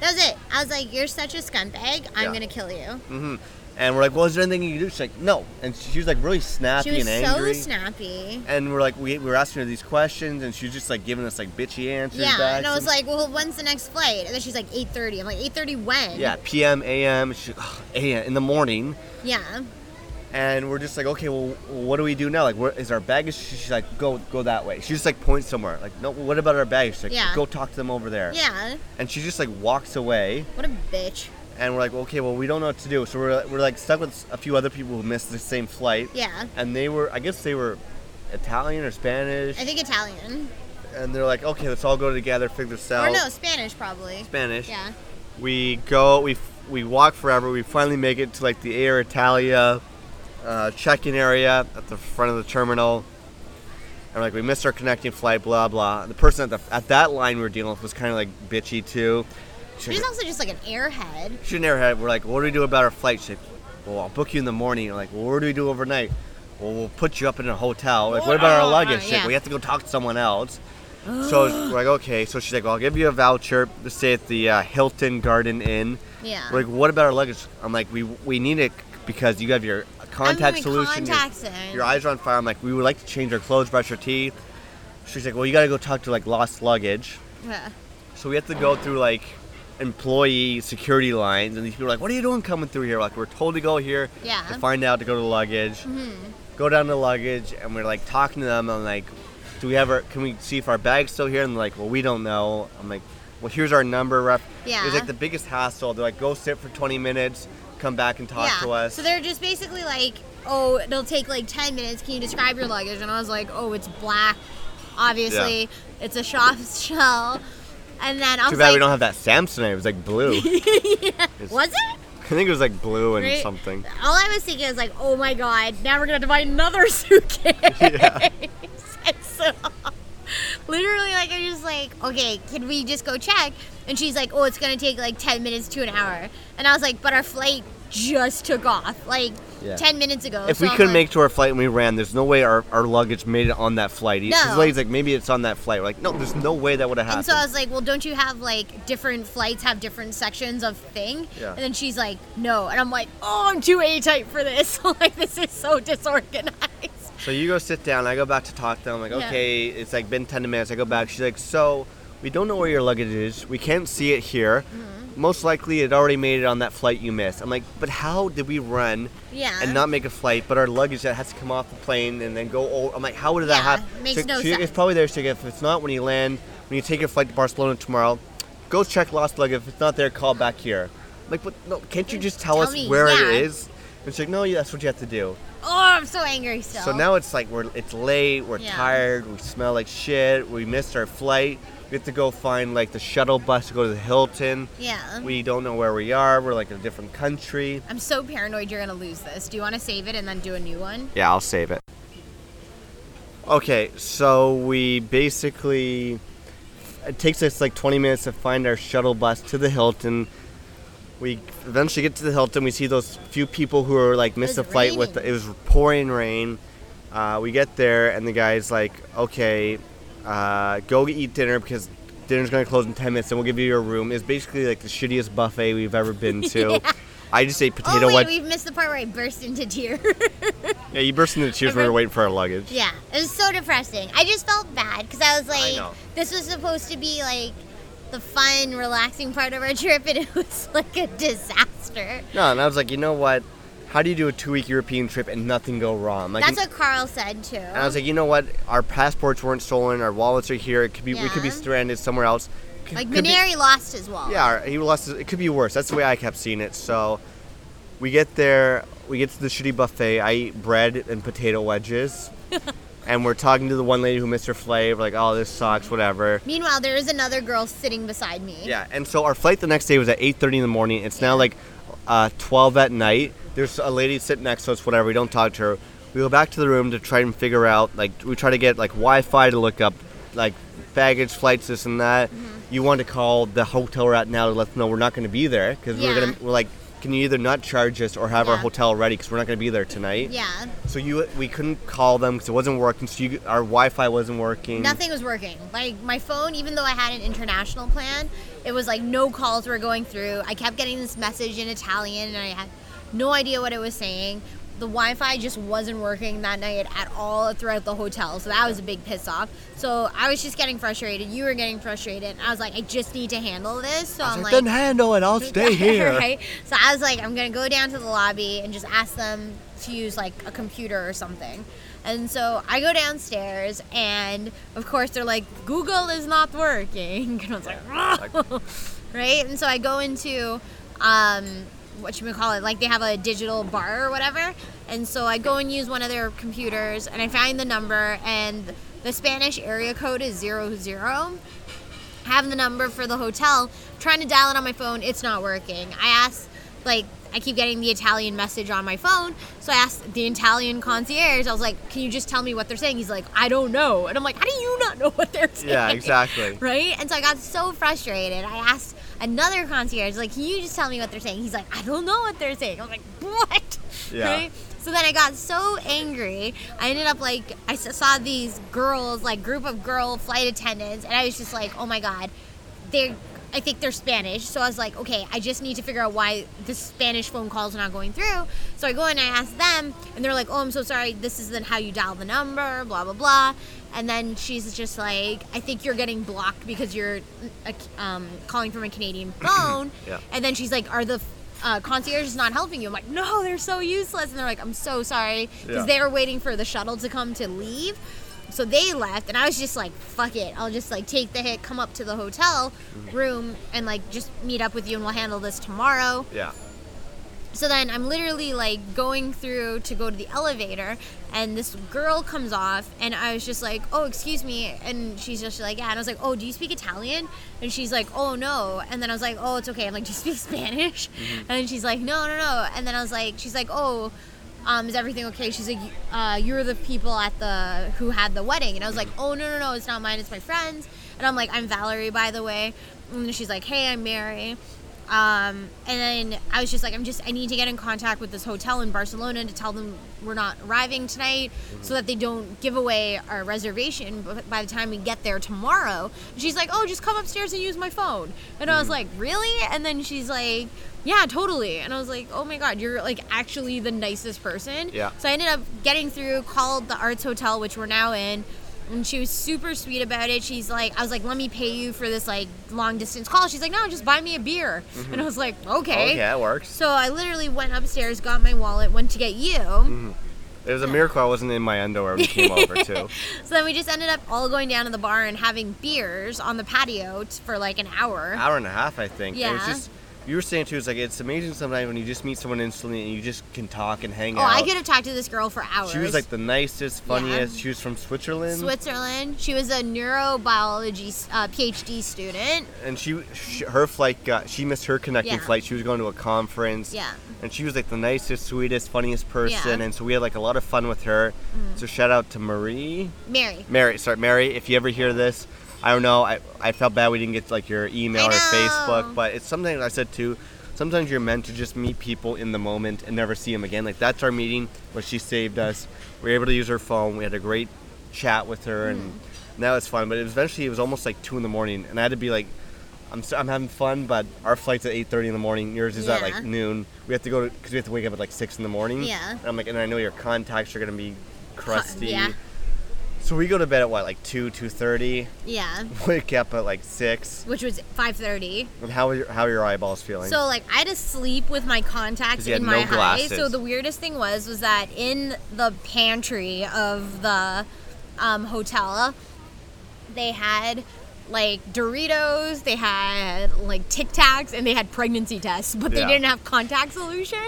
That was it. I was like, you're such a scumbag. Yeah. I'm gonna kill you. hmm And we're like, well, is there anything you can do? She's like, no. And she was like really snappy She was and angry. so snappy. and we're like, we, we were asking her these questions, and she was just like giving us like bitchy answers. Yeah, back. and I was Some- like, well, when's the next flight? And then she's like, 8.30. I'm like, 8.30 when? yeah, PM, AM, she, ugh, AM in the morning. Yeah. And we're just like, okay, well, what do we do now? Like, where is our baggage? She's like, go, go that way. She just like points somewhere. Like, no, what about our baggage? She's like, Yeah. go talk to them over there. Yeah. And she just like walks away, What a bitch. and we're like, okay, well, we don't know what to do. So we're we're like stuck with a few other people who missed the same flight. Yeah. And they were, I guess they were Italian or Spanish. I think Italian. and they're like, okay, let's all go together, figure this out. Or no, Spanish probably. Spanish. Yeah. We go, we f- we walk forever. We finally make it to like the Air Italia uh, check-in area at the front of the terminal. And we're like, we missed our connecting flight, blah blah. The person at the at that line we were dealing with was kind of like bitchy too. She's She's like, also just like an airhead. she never had. We're like, what do we do about our flight? She's like, well, I'll book you in the morning. We're like, well, what do we do overnight? Well, we'll put you up in a hotel. Like, what about our Oh, luggage? uh, She's like, yeah. we have to go talk to someone else. So we're like, okay. So she's like, well, I'll give you a voucher to stay at the uh, Hilton Garden Inn. Yeah. We're like, what about our luggage? I'm like, we we need it because you have your contact I'm gonna solution. your- Contacts in. Your, eyes are on fire. I'm like, we would like to change our clothes, brush our teeth. She's like, well, you got to go talk to like lost luggage. Yeah. So we have to go through like employee security lines, and these people are like, "What are you doing coming through here?" Like we're told to go here Yeah. Mm-hmm. to find out to go to luggage. Go down to luggage, and we're like talking to them. I'm like, "Do we have our? Can we see if our bag's still here?" And they're like, "Well, we don't know." I'm like, "Well, here's our number." Ref. It was Yeah. like the biggest hassle. They're like, "Go sit for 20 minutes, come back and talk yeah. to us." So they're just basically like, oh, it'll take like 10 minutes. Can you describe your luggage? And I was like, oh, it's black. Obviously, it's a soft shell. And then I was Too bad like, we don't have that Samsonite. It was like blue. was it? I think it was like blue and Right? something. All I was thinking was like, oh my god, now we're gonna have to buy another suitcase. And so, literally, like I'm just like, okay, can we just go check? And she's like, oh, it's gonna take like 10 minutes to an hour. And I was like, but our flight just took off, like Yeah. 10 minutes ago. If So we I'm couldn't like- make it to our flight and we ran, there's no way our, our luggage made it on that flight. This No. lady's like, maybe it's on that flight. We're like, no, there's no way that would have And happened. so I was like, well, don't you have like different flights have different sections of thing? Yeah. And then she's like, no. And I'm like, oh, I'm too A type for this. like, this is so disorganized. So you go sit down. I go back to talk to them. I'm like, Yeah. okay, it's like been 10 minutes. I go back. She's like, so we don't know where your luggage is. We can't see it here. Mm-hmm. Most likely, it already made it on that flight you missed. I'm like, but how did we run Yeah. and not make a flight? But our luggage that has to come off the plane and then go over. I'm like, how would that Yeah, happen? makes She's like, no "She's like, sense." It's probably there. She's like, if it's not, when you land, when you take your flight to Barcelona tomorrow, go check lost luggage. If it's not there, call back here. I'm like, but no, can't you just tell, Mm, Tell us me, where yeah. it is? And she's like, no, yeah, that's what you have to do. Oh, I'm so angry still. So now it's like we're it's late, we're Yeah. tired, we smell like shit, we missed our flight. We have to go find like the shuttle bus to go to the Hilton. Yeah. We don't know where we are. We're like in a different country. I'm so paranoid you're gonna lose this. Do you want to save it and then do a new one? Yeah, I'll save it. Okay, so we basically it takes us like 20 minutes to find our shuttle bus to the Hilton. We eventually get to the Hilton. We see those few people who are like missed was a flight with the, raining. it was pouring rain. Uh, we get there and the guy's like, "Okay, uh, go eat dinner because dinner's gonna close in 10 minutes and we'll give you your room." It's basically like the shittiest buffet we've ever been to. I just ate Oh potato. wait, wedge- we've missed the part where I burst into tears. yeah, you burst into tears when we were waiting for our luggage. yeah, it was so depressing. I just felt bad because I was like, know. this was supposed to be like the fun, relaxing part of our trip, and it was like a disaster. No, and I was like, you know what? How do you do a two-week European trip and nothing go wrong? Like, That's what Carl said too. and I was like, you know what? Our passports weren't stolen. Our wallets are here. It could be we could be Yeah. stranded somewhere else. Could, like could be- Maneri lost his wallet. yeah, he lost. His, it could be worse. That's the way I kept seeing it. So, we get there. We get to the shitty buffet. I eat bread and potato wedges. and we're talking to the one lady who missed her flight. We're like, oh, this sucks. Whatever. Meanwhile, there is another girl sitting beside me. Yeah, and so our flight the next day was at 8:30 in the morning. It's now like uh, 12 at night. There's a lady sitting next to us. Whatever, we don't talk to her. We go back to the room to try and figure out. Like, we try to get like Wi-Fi to look up like baggage flights, this and that. Mm-hmm. You want to call the hotel right now to let them know we're not going to be there because we're Yeah. gonna we're like, can you either not charge us or have our Yeah. hotel ready because we're not going to be there tonight. Yeah. So you we couldn't call them because it wasn't working. So you, our Wi-Fi wasn't working. Nothing was working. Like my phone, even though I had an international plan, it was like no calls were going through. I kept getting this message in Italian and I had no idea what it was saying. The Wi Fi just wasn't working that night at all throughout the hotel. So that was a big piss off. So I was just getting frustrated. You were getting frustrated. and I was like, I just need to handle this. So I'm like, Then handle it. I'll stay here. right? So I was like, I'm gonna go down to the lobby and just ask them to use like a computer or something. And so I go downstairs, and of course they're like, Google is not working. And I was like, right? And so I go into, um, what should we call it? Like they have a digital bar or whatever. And so I go and use one of their computers, and I find the number, and the Spanish area code is zero zero have the number for the hotel, trying to dial it on my phone, it's not working. I asked, like, I keep getting the Italian message on my phone, so I asked the Italian concierge, I was like, can you just tell me what they're saying? He's like, I don't know. And I'm like, how do you not know what they're saying? Yeah, exactly. Right? And so I got so frustrated. I asked another concierge, like, can you just tell me what they're saying? He's like, I don't know what they're saying. I'm like, what? Yeah. Right? So then I got so angry. I ended up like I s- saw these girls, like group of girl flight attendants, and I was just like, oh my god, they're. I think they're Spanish, so I was like, okay, I just need to figure out why the Spanish phone call's not going through. So I go and I ask them, and they're like, oh, I'm so sorry, this isn't how you dial the number, blah blah blah. And then she's just like, I think you're getting blocked because you're uh, um, calling from a Canadian phone. Yeah. And then she's like, are the uh, concierge is not helping you. I'm like, no, they're so useless. And they're like, I'm so sorry. Yeah. Because they were waiting for the shuttle to come to leave. So they left. And I was just like, fuck it. I'll just like take the hit, come up to the hotel room and like just meet up with you and we'll handle this tomorrow. yeah. So then I'm literally like going through to go to the elevator, and this girl comes off, and I was just like, "Oh, excuse me," and she's just like, "Yeah," and I was like, "Oh, do you speak Italian?" And she's like, "Oh no," and then I was like, "Oh, it's okay." I'm like, "Do you speak Spanish?" And then she's like, "No, no, no," and then I was like, "She's like, oh." Um, is everything okay? She's like, uh, you're the people at the who had the wedding, and I was like, oh no no no, it's not mine, it's my friends. And I'm like, I'm Valerie, by the way. And she's like, hey, I'm Mary. Um, and then I was just like, I'm just, I need to get in contact with this hotel in Barcelona to tell them we're not arriving tonight so that they don't give away our reservation b- by the time we get there tomorrow. And she's like, Oh, just come upstairs and use my phone. And I was like, Really? And then she's like, Yeah, totally. And I was like, Oh my God, you're like actually the nicest person. Yeah. So I ended up getting through, called the Arts Hotel, which we're now in. And she was super sweet about it. She's like, I was like, let me pay you for this like long distance call. She's like, no, just buy me a beer. And I was like, okay. Mm-hmm. Okay, that works. So I literally went upstairs, got my wallet, went to get you. Mm-hmm. It was a miracle I wasn't in my underwear when you came over too. So then we just ended up all going down to the bar and having beers on the patio t- for like an hour. hour and a half, I think. And it's Yeah. just you were saying too. It's like it's amazing sometimes when you just meet someone instantly and you just can talk and hang oh, out. I could have talked to this girl for hours. She was like the nicest, funniest. She was from Switzerland, Switzerland. She was a neurobiology s- uh, PhD student. and she, she her flight got she missed her connecting Yeah. flight. She was going to a conference. Yeah. And she was like the nicest, sweetest, funniest person, Yeah. Mm. and so we had like a lot of fun with her. So shout out to Marie. Mary. Mary, sorry, Mary, if you ever hear this, I don't know. I, I felt bad we didn't get like your email I or know. Facebook, but it's something I said too. Sometimes you're meant to just meet people in the moment and never see them again. Like that's our meeting, but she saved us. We were able to use her phone. We had a great chat with her, and Hmm. that was fun. But it was eventually it was almost like two in the morning, and I had to be like, I'm so, I'm having fun, but our flight's at 8:30 in the morning. Yours is at Yeah. like noon. We have to go to because we have to wake up at like six in the morning. Yeah. And I'm like, and I know your contacts are gonna be crusty. yeah. So we go to bed at what, like two, two thirty. Yeah. Wake up at like six. Which was 5:30. And how are your, how are your eyeballs feeling? So like I had to sleep with my contacts 'Cause you had in no my eye. glasses. So the weirdest thing was was that in the pantry of the um, hotel, they had like Doritos, they had like Tic Tacs, and they had pregnancy tests, but they Yeah. Mm-hmm. didn't have contact solution.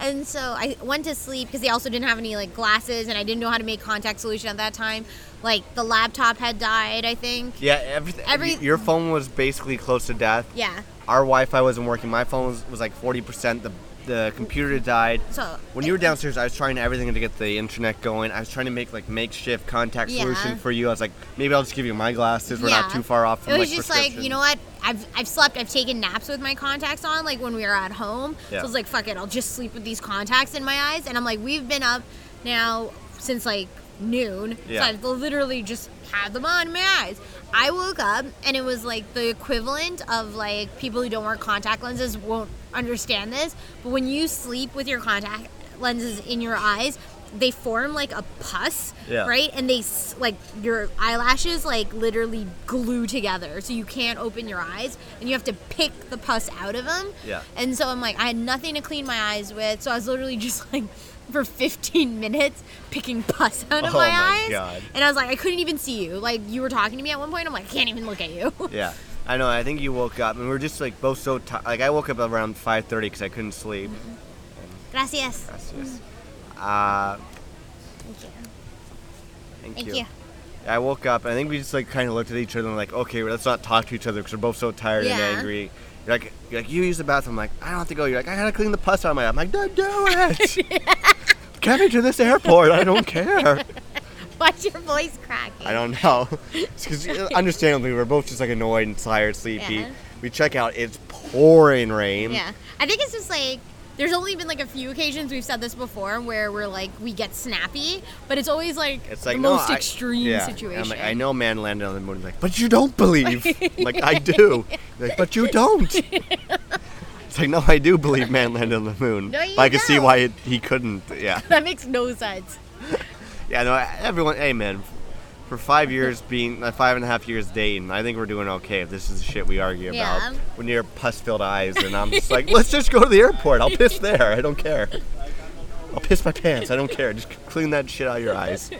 And so I went to sleep because they also didn't have any like glasses, and I didn't know how to make contact solution at that time. Like the laptop had died, I think. yeah, everything. Every- your phone was basically close to death. Yeah. Our Wi-Fi wasn't working. My phone was, was like forty percent. The the computer died. So When you were downstairs, I was trying everything to get the internet going. I was trying to make like makeshift contact Yeah. solution for you. I was like, maybe I'll just give you my glasses. We're not Yeah. too far off. From, It was like, just like, prescription. you know what? I've, I've slept, I've taken naps with my contacts on, like when we were at home. So Yeah. I was like, fuck it, I'll just sleep with these contacts in my eyes. And I'm like, we've been up now since like noon. Yeah. So I've literally just had them on in my eyes. I woke up and it was like the equivalent of like people who don't wear contact lenses won't understand this. But when you sleep with your contact lenses in your eyes, they form like a pus, Yeah. right? and they s- like your eyelashes like literally glue together so you can't open your eyes and you have to pick the pus out of them Yeah. and so i'm like i had nothing to clean my eyes with so i was literally just like for 15 minutes picking pus out of Oh my, my eyes God. and i was like i couldn't even see you like you were talking to me at one point i'm like i can't even look at you Yeah, I know. I think you woke up, and we were just like both so tired. Like I woke up around 5:30 because I couldn't sleep. gracias That's just- Uh, Mm. thank you thank, thank you. you I woke up, and I think we just like kind of looked at each other and like, okay, let's not talk to each other because we're both so tired and Yeah. angry. You're like, you're like, you use the bathroom. I'm like, I don't have to go. You're like, I gotta clean the pus out of my. I'm like, don't do it. Get me to this airport. I don't care. watch your voice cracking I don't know. Because understandably, we're both just like annoyed and tired, sleepy. Yeah. We check out. It's pouring rain. Yeah. I think it's just like there's only been like a few occasions we've said this before where we're like we get snappy, but it's always like It's like the no, most I- extreme yeah. situation. I'm like, I know man landed on the moon. He's like, but you don't believe. I'm like I do. He's like, but you don't. it's like no, I do believe man landed on the moon. No, you but I can see don't. why it, he couldn't. but Yeah, That makes no sense. yeah. No, I- everyone. Hey, man. For five years being, uh, five and a half years dating, I think we're doing okay. If this is the shit we argue Yeah. about, when you're pus-filled eyes, and I'm just like, let's just go to the airport. I'll piss there. I don't care. I'll piss my pants. I don't care. Just clean that shit out of your eyes.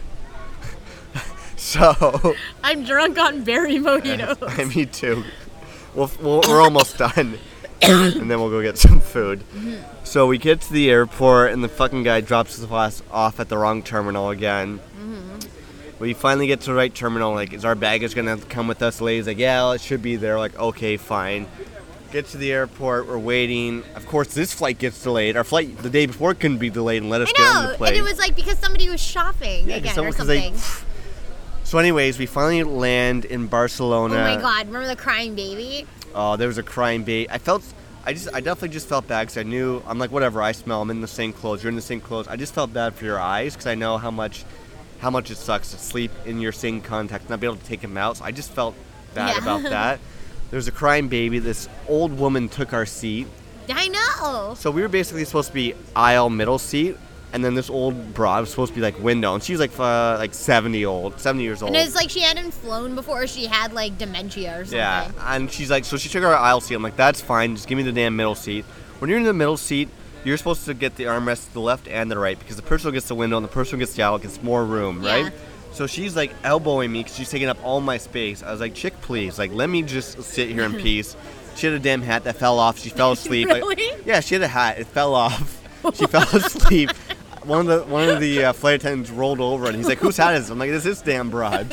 so. I'm drunk on berry mojito. I me too. We'll, we'll, we're almost done, and then we'll go get some food. Mm-hmm. So we get to the airport, and the fucking guy drops us off at the wrong terminal again. Mm-hmm. We finally get to the right terminal. Like, is our baggage gonna come with us? Lady's like, yeah, it should be there. Like, okay, fine. Get to the airport. We're waiting. Of course, this flight gets delayed. Our flight the day before couldn't be delayed and let us I get on the know. plane. And it was like because somebody was shopping Yeah, 'cause again or someone- 'cause they- something. so, anyways, we finally land in Oh Barcelona. my god, remember the crying baby? Oh, there was a crime bait. I felt, I just, I definitely just felt bad because I knew, I'm like, whatever, I smell, I'm in the same clothes, you're in the same clothes. I just felt bad for your eyes because I know how much, how much it sucks to sleep in your same contact, not be able to take them out. So I just felt bad Yeah. about that. There was a crime baby. This old woman took our seat. I know. So we were basically supposed to be aisle middle seat. And then this old broad was supposed to be like window, and she's like uh, like seventy old, seventy years old. And it's like she hadn't flown before she had like dementia or something. Yeah, and she's like, so she took our aisle seat. I'm like, that's fine. Just give me the damn middle seat. When you're in the middle seat, you're supposed to get the armrest to the left and the right because the person who gets the window and the person who gets the aisle gets more room, Yeah. right? So she's like elbowing me because she's taking up all my space. I was like, chick, please, like let me just sit here in peace. She had a damn hat that fell off. She fell asleep. Like- Really? yeah, she had a hat. It fell off. She fell asleep. One of the one of the uh, flight attendants rolled over and he's like, "Whose hat is?" It? I'm like, "This is damn broad."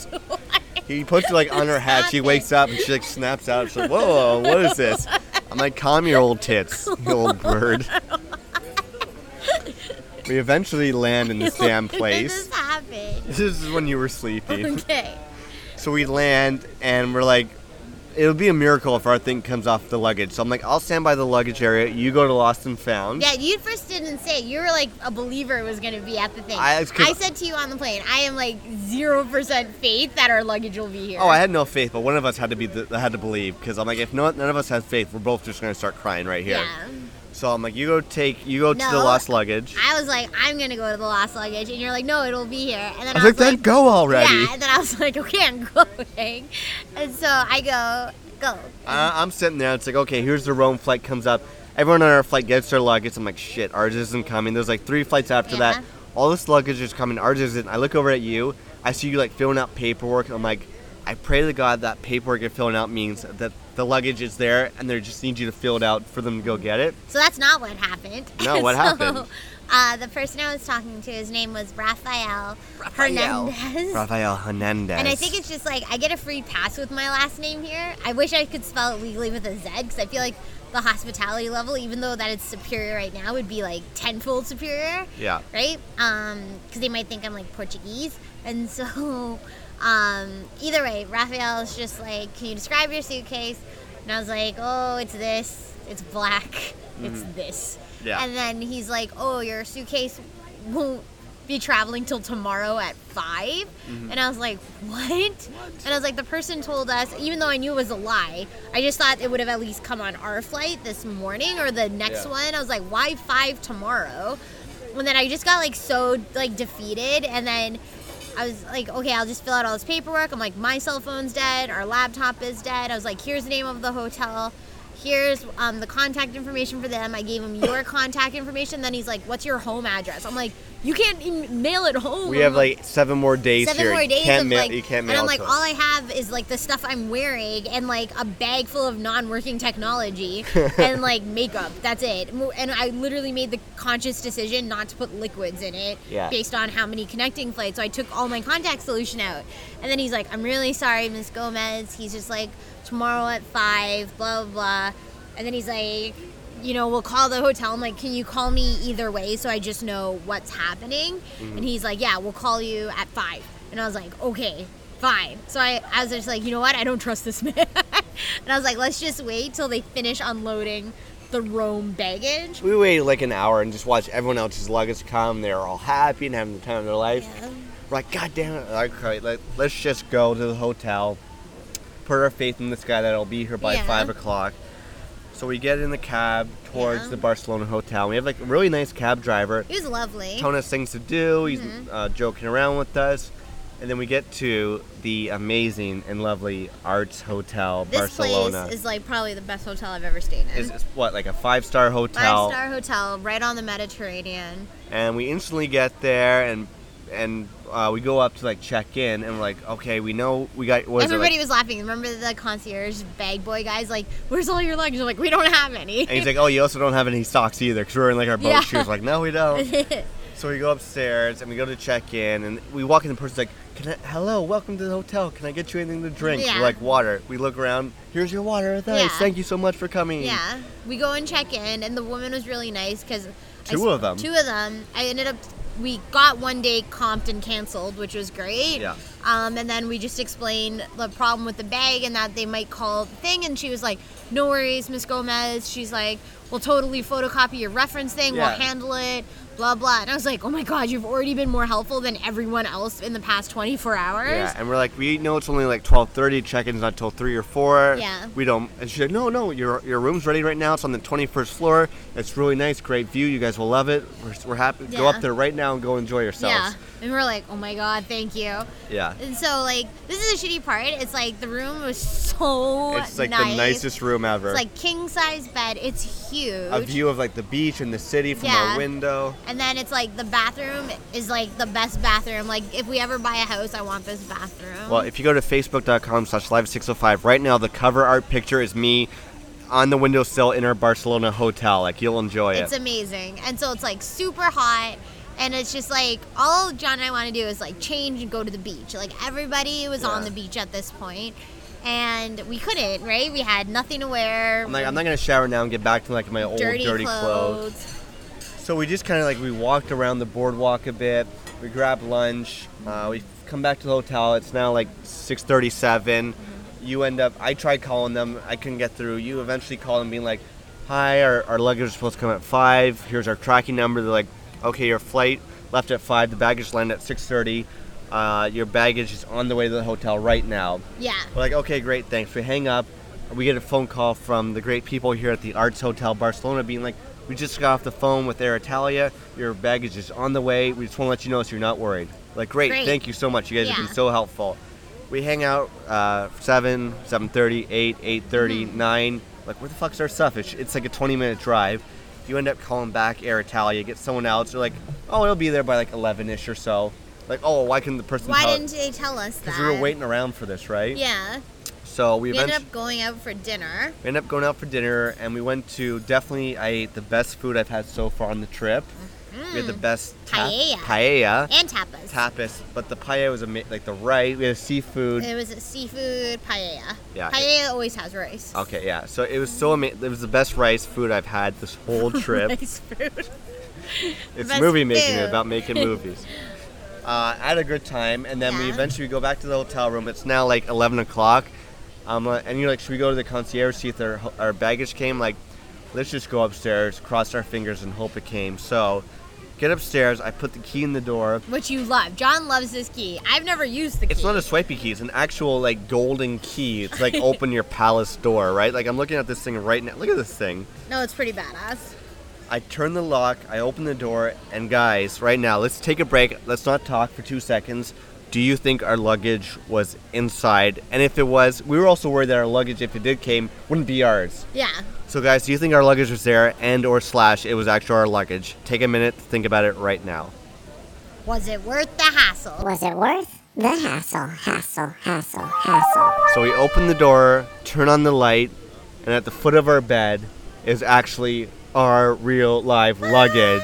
He puts it like on her hat. She wakes up and she like snaps out. She's like, "Whoa, what is this?" I'm like, "Calm your old tits, you old bird." We eventually land in this damn This place. happened. This is when you were sleeping. Okay. So we land and we're like, it'll be a miracle if our thing comes off the luggage. So I'm like, I'll stand by the luggage area. You go to lost and found. Yeah, you first didn't say. You were like a believer it was going to be at the thing. I- I, it's 'cause- said to you on the plane, I am like 0% faith that our luggage will be here. Oh, I had no faith, but one of us had to be the, had to believe because I'm like, if no, none of us has faith, we're both just gonna start crying right here. Yeah. So I'm like, you go take, you go to the No. lost luggage. I was like, I'm going to go to the lost luggage. And you're like, no, it'll be here. And then I, I was was like, then go already. Yeah, and then I was like, okay, I'm going. And so I go, go. I, I'm sitting there. It's like, okay, here's the Rome flight comes up. Everyone on our flight gets their luggage. I'm like, shit, ours isn't coming. There's like three flights after that. Yeah. All this luggage is coming. Ours isn't. I look over at you. I see you like filling out paperwork. and I'm like, I pray to God that paperwork you're filling out means that the luggage is there and they just need you to fill it out for them to go get it. So that's not what happened. No, what So, happened? Uh, the person I was talking to, his name was Rafael, Raphael. Hernandez. Rafael Hernandez. And I think it's just like I get a free pass with my last name here. I wish I could spell it legally with a Z because I feel like the hospitality level, even though that it's superior right now, would be like tenfold superior. Yeah. Right? Um, because they might think I'm like Portuguese, and so um, either way, Raphael's just like, "Can you describe your suitcase?" And I was like, "Oh, it's this. It's black. It's this." Yeah. And then he's like, "Oh, your suitcase won't be traveling till tomorrow at 5 And I was like, what? And I was like, the person told us, even though I knew it was a lie, I just thought it would have at least come on our flight this morning or the next Yeah. one. I was like, why five tomorrow? And then I just got like so like defeated and then I was like, okay, I'll just fill out all this paperwork. I'm like, my cell phone's dead, our laptop is dead. I was like, here's the name of the hotel. Here's um, the contact information for them. I gave him your contact information. Then he's like, what's your home address? I'm like, you can't even mail it home. we have like seven more days seven here. more You days can't of mail- like, you can't and mail I'm like, to us. all I have is like the stuff I'm wearing and like a bag full of non-working technology and like makeup. That's it. Mo- And I literally made the conscious decision not to put liquids in it Yeah. based on how many connecting flights. So I took all my contact solution out. And then he's like, I'm really sorry, Miss Gomez. He's just like, tomorrow at five, blah blah blah. And then he's like. You know, we'll call the hotel. I'm like, can you call me either way so I just know what's happening? And he's like, yeah, we'll call you at five. And I was like, okay, fine. So I, I was just like, you know what? I don't trust this man. and I was like, let's just wait till they finish unloading the Rome baggage. we waited like an hour and just watched everyone else's luggage come. They were all happy and having the time of their life. Yeah. We're like, God damn it! Like, all right, let, let's just go to the hotel, put our faith in this guy that'll be here by Yeah. five o'clock. So we get in the cab towards Yeah. the Barcelona hotel. We have like a really nice cab driver It was lovely. telling us things to do. He's Mm-hmm. uh, joking around with us. And then we get to the amazing and lovely Arts Hotel This Barcelona. place is like probably the best hotel I've ever stayed in. It's- it's what, like a five star hotel? Five star hotel right on the Mediterranean. and we instantly get there and and uh, we go up to like check in and we're like okay we know we got what is Everybody it like, was laughing. Remember the concierge bag boy guys like, "Where's all your luggage?" I'm like, "We don't have any." and he's like oh you also don't have any socks either because we're in like our boat Yeah. shoes like no we don't so we go upstairs and we go to check in and we walk in the person's like can I, hello welcome to the hotel can I get you anything to drink Yeah. we're like water we look around here's your water thanks Yeah. thank you so much for coming Yeah, we go and check in, and the woman was really nice because Two of them. Two of them. I ended up. We got one day comped and canceled, which was great. Yeah. Um, and then we just explained the problem with the bag and that they might call the thing, and she was like, "No worries, Miss Gomez." She's like, "We'll totally photocopy your reference thing. Yeah. We'll handle it." Blah blah. And I was like, "Oh my God, you've already been more helpful than everyone else in the past 24 hours." Yeah, and we're like, we know it's only like twelve thirty. Check-in's not till three or four. Yeah. We don't. And she's like, no, no, your your room's ready right now. It's on the twenty-first floor. It's really nice, great view. You guys will love it. We're, we're happy. Go Yeah. up there right now and go enjoy yourselves. Yeah. And we're like, "Oh my God, thank you." Yeah. And so, like, this is the shitty part. It's like the room was so It's like nice. the nicest room ever. It's like king size bed. It's huge. a view of like the beach and the city from Yeah. Uh-huh. our window. And then it's like the bathroom is like the best bathroom. Like, if we ever buy a house, I want this bathroom. Well, if you go to facebook.com slash live605, right now the cover art picture is me on the windowsill in our Barcelona hotel. Like, you'll enjoy it. It's amazing. And so it's like super hot. And it's just like all John and I want to do is like change and go to the beach. Like everybody was on Yeah. the beach at this point, and we couldn't, right? We had nothing to wear. I'm like, I'm not going to shower now and get back to like my old dirty, dirty clothes. clothes. So we just kind of like we walked around the boardwalk a bit. We grabbed lunch. Uh, we come back to the hotel. It's now like 6:37. You end up. I tried calling them. I couldn't get through. You eventually call them, being like, "Hi, our, our luggage is supposed to come at five. Here's our tracking number." They're like, "Okay, your flight left at five. The baggage landed at 6:30. Uh, your baggage is on the way to the hotel right now." Yeah. We're like, okay, great, thanks. We hang up. We get a phone call from the great people here at the Arts Hotel Barcelona being like, we just got off the phone with Air Italia. Your baggage is on the way. We just want to let you know so you're not worried. Like, great, Great. thank you so much. You guys have Yeah. been so helpful. We hang out uh, 7, 7.30, 8, 8.30, Mm-hmm. 9. Like, where the fuck's our stuff? It's, it's like a 20-minute drive. You end up calling back Air Italia, get someone else. They're like, oh, it'll be there by like 11-ish or so. Like, oh, why couldn't the person Why tell didn't they tell us that? Because we were waiting around for this, right? Yeah. So we, We eventually ended up going out for dinner. we ended up going out for dinner, and we went to definitely I ate the best food I've had so far on the trip. We had the best ta- Paella. paella And tapas. tapas, but the paella was ama- like the rice. We had seafood. It was a seafood paella. Yeah. Paella always has rice. Okay, yeah. So it was so amazing. It was the best rice food I've had this whole trip. Nice food. it's Best movie making food. about making movies. Uh, I had a good time, and then we Yeah. eventually go back to the hotel room. It's now like 11 o'clock, um, uh, and you're like, should we go to the concierge see if their our baggage came? Like, let's just go upstairs, cross our fingers, and hope it came. So, get upstairs. I put the key in the door. Which you love. John loves this key. I've never used the key. It's not a swipey key. It's an actual like golden key. It's like open your palace door, right? Like I'm looking at this thing right now. Look at this thing. no, it's pretty badass. I turn the lock, I open the door, and guys, right now, let's take a break. Let's not talk for two seconds. Do you think our luggage was inside? And if it was, we were also worried that our luggage, if it did came, wouldn't be ours. Yeah. So guys, do you think our luggage was there and or slash it was actually our luggage? Take a minute to think about it right now. Was it worth the hassle? Was it worth the hassle, hassle, hassle, hassle? So we open the door, turn on the light, and at the foot of our bed is actually our real live luggage.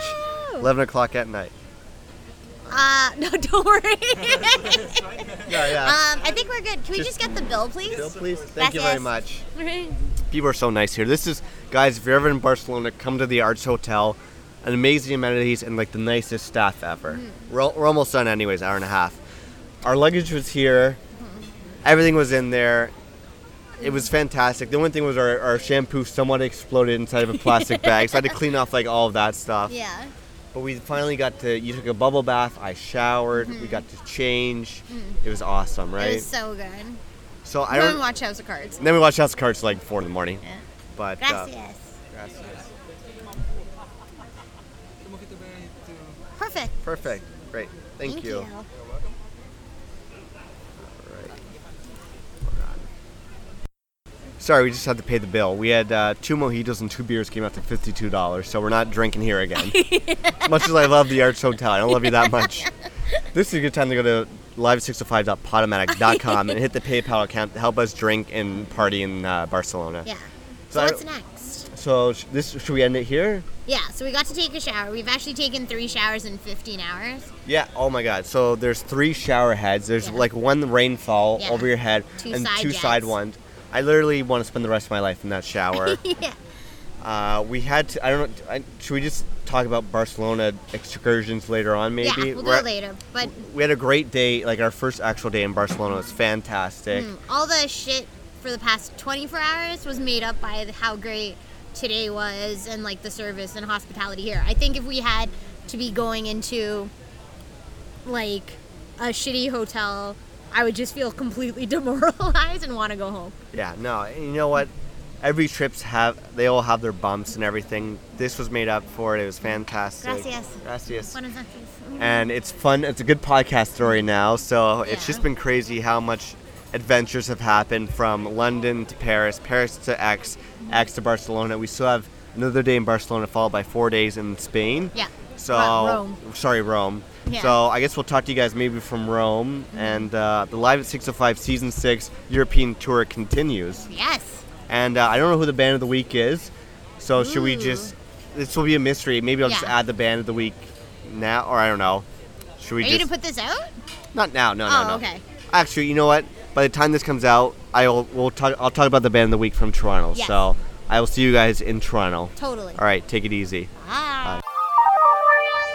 11 o'clock at night. Uh, no, don't worry. Yeah, yeah. um, I think we're good. Can we just get the bill, please? Bill, please. Thank you very Gracias. much. People are so nice here. This is, guys, if you're ever in Barcelona, come to the Arts Hotel. An amazing amenities and like the nicest staff ever. Mm-hmm. We're, al- we're almost done, anyways, hour and a half. Our luggage was here, everything was in there. It was fantastic. The only thing was our, our shampoo somewhat exploded inside of a plastic bag, so I had to clean off like all of that stuff. Yeah. But we finally got to, you took a bubble bath, I showered, we got to change. It was awesome, right? Mm-hmm. It was so good. so I I don't. don't watch House of Cards. And then we watched House of Cards till, like four in the morning. Yeah. But uh, Gracias. gracias. Perfect. perfect, great, thank, Thank you. you. Sorry, we just had to pay the bill. We had uh, two mojitos and two beers came out to fifty-two dollars, so we're not drinking here again. as much as I love the Arts Hotel, I don't love you that much. This is a good time to go to live605.podomatic.com and hit the PayPal account to help us drink and party in uh, Barcelona. Yeah. So So I- what's next? So sh- this should we end it here? Yeah, so we got to take a shower. We've actually taken three showers in 15 hours. Yeah. Oh my God. So there's three shower heads. There's Yeah. like one rainfall Yeah. over your head Two and side two jets. side ones. I literally want to spend the rest of my life in that shower. yeah. uh, we had to. I don't know. I, should we just talk about Barcelona excursions later on? Maybe. yeah, we'll do We're- it later. But We had a great day. Like our first actual day in Barcelona was fantastic. mm, all the shit for the past 24 hours was made up by how great today was and like the service and hospitality here. I think if we had to be going into like a shitty hotel, I would just feel completely demoralized and want to go home. Yeah. No. and You know what? Every trips have. They all have their bumps and everything. This was made up for it. It was fantastic. Gracias. Gracias. Buenos noches. and it's fun. It's a good podcast story now. So it's Yeah. just been crazy how much adventures have happened from London to Paris, Paris to X, X to Barcelona. We still have another day in Barcelona, followed by four days in Spain. Yeah. So Ro- Rome. sorry, Rome. Yeah. Mm-hmm. So I guess we'll talk to you guys maybe from Rome, and uh, the Live at 605 Season 6 European Tour continues. Yes. And uh, I don't know who the band of the week is, so should we Ooh. just? This will be a mystery. Maybe I'll just Yeah. add the band of the week now, or I don't know. Should we Are just? you gonna put this out? not now. No, oh, no, no. okay. Actually, you know what? By the time this comes out, I'll we'll talk. I'll talk about the band of the week from Toronto. Yes. So I will see you guys in Toronto. Totally. Ah. All right, take it easy. Bye.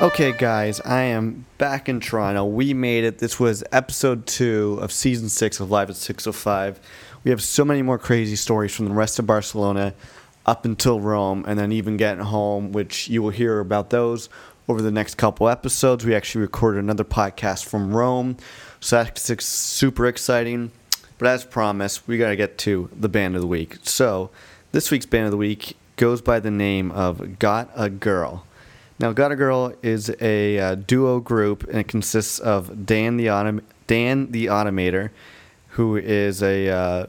Okay, guys, I am back in Toronto. We made it. This was episode two of season six of Live at 605. We have so many more crazy stories from the rest of Barcelona up until Rome, and then even getting home, which you will hear about those over the next couple episodes. We actually recorded another podcast from Rome, so that's ex- super exciting. But as promised, we got to get to the band of the week. So this week's band of the week goes by the name of Got a Girl. Now, Gotta Girl is a uh, duo group, and it consists of Dan the Autom- Dan the Automator, who is a uh,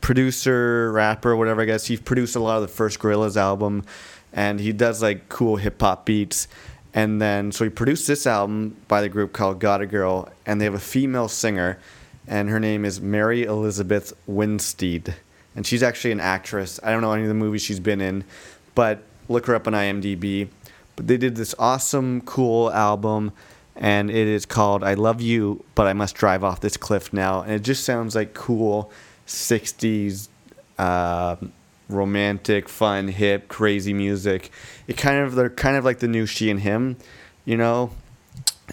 producer, rapper, whatever. I guess he produced a lot of the first Gorillaz album, and he does like cool hip hop beats. And then, so he produced this album by the group called Got a Girl, and they have a female singer, and her name is Mary Elizabeth Winstead. And she's actually an actress. I don't know any of the movies she's been in, but look her up on IMDb. But they did this awesome, cool album, and it is called I Love You, But I Must Drive Off This Cliff Now. And it just sounds like cool 60s um, romantic, fun, hip, crazy music. It kind of they're kind of like the new She and Him, you know.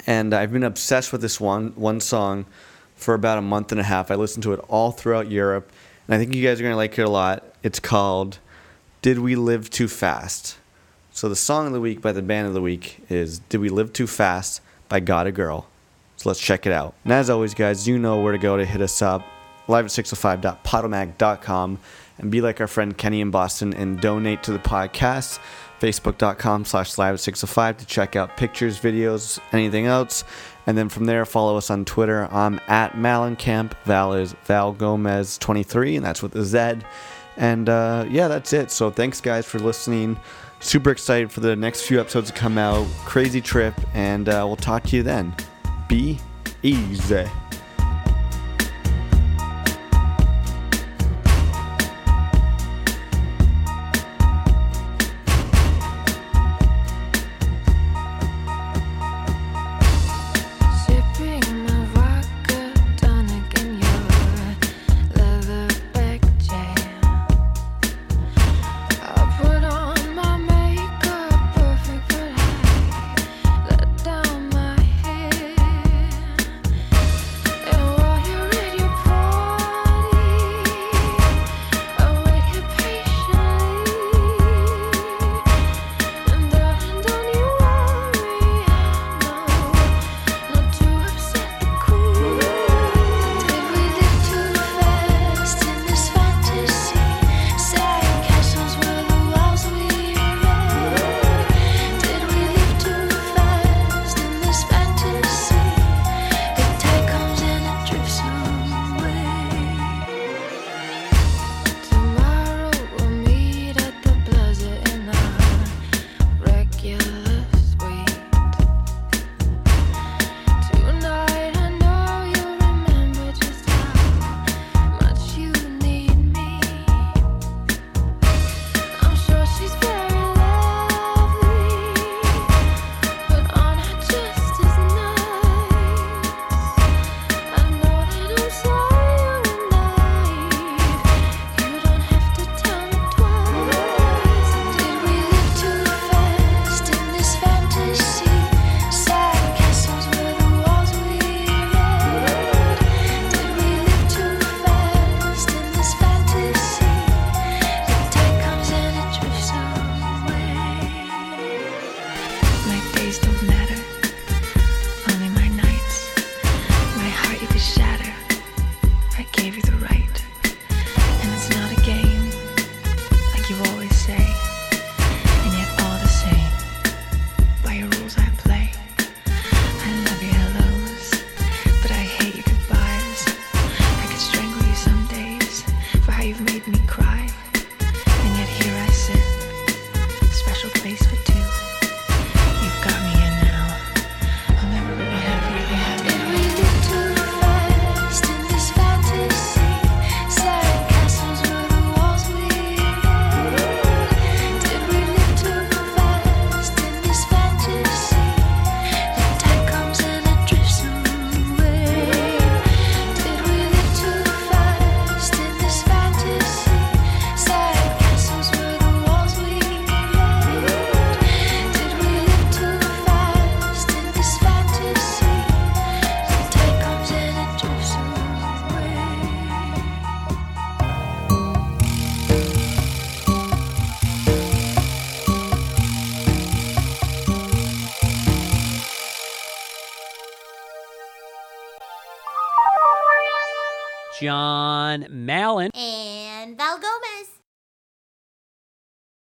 And I've been obsessed with this one one song for about a month and a half. I listened to it all throughout Europe, and I think you guys are gonna like it a lot. It's called "Did We Live Too Fast." So the song of the week by the band of the week is "Did We Live Too Fast" by Got a Girl. So let's check it out. And as always, guys, you know where to go to hit us up. Live at 605.podomag.com and be like our friend Kenny in Boston and donate to the podcast. Facebook.com slash live at 605 to check out pictures, videos, anything else. And then from there, follow us on Twitter. I'm at Malencamp. Val is Val Gomez 23, and that's with a Z. And uh, yeah, that's it. So thanks, guys, for listening. Super excited for the next few episodes to come out. Crazy trip, and uh, we'll talk to you then. Be easy. Sipping my vodka tonic in your leatherback jam. I put on my makeup, perfect, but I let down my hair. And while you're at your party, I wait here patiently. And darling, don't you worry, I know. Not to upset the cool. Did we live too fast in this fantasy? Sand castles were the walls we read. Did we live too fast in this fantasy? The tide comes and it drifts away. Tomorrow we'll meet at the plaza in our regular suite. Tonight I know you remember just how much you need me. I'm sure she's very lovely, but on her just as nice. I know that I'm sorry tonight. You don't have to tell me twice. Did we live too fast in this fantasy? Sand castles were the walls we read. Did we live too fast in this fantasy? The tide comes and it drifts away. My days don't matter, only my nights. My heart you could shatter. I gave you the right. And it's not a game, like you always say. And yet all the same, by your rules I play. I love your hellos, but I hate your goodbyes. I could strangle you some days for how you've made me cry. And yet here I sit, special place for two. You've got me in now. I'll never really have really have Did we live too fast in this fantasy? Sad castles were the walls we had. Did we live too fast in this fantasy? The tide comes and it drifts away. Did we live too fast in this fantasy? Sad castles were the walls we had. Did we live too fast in this fantasy? The tide comes and it drifts away. John Mallon. And Val Gomez.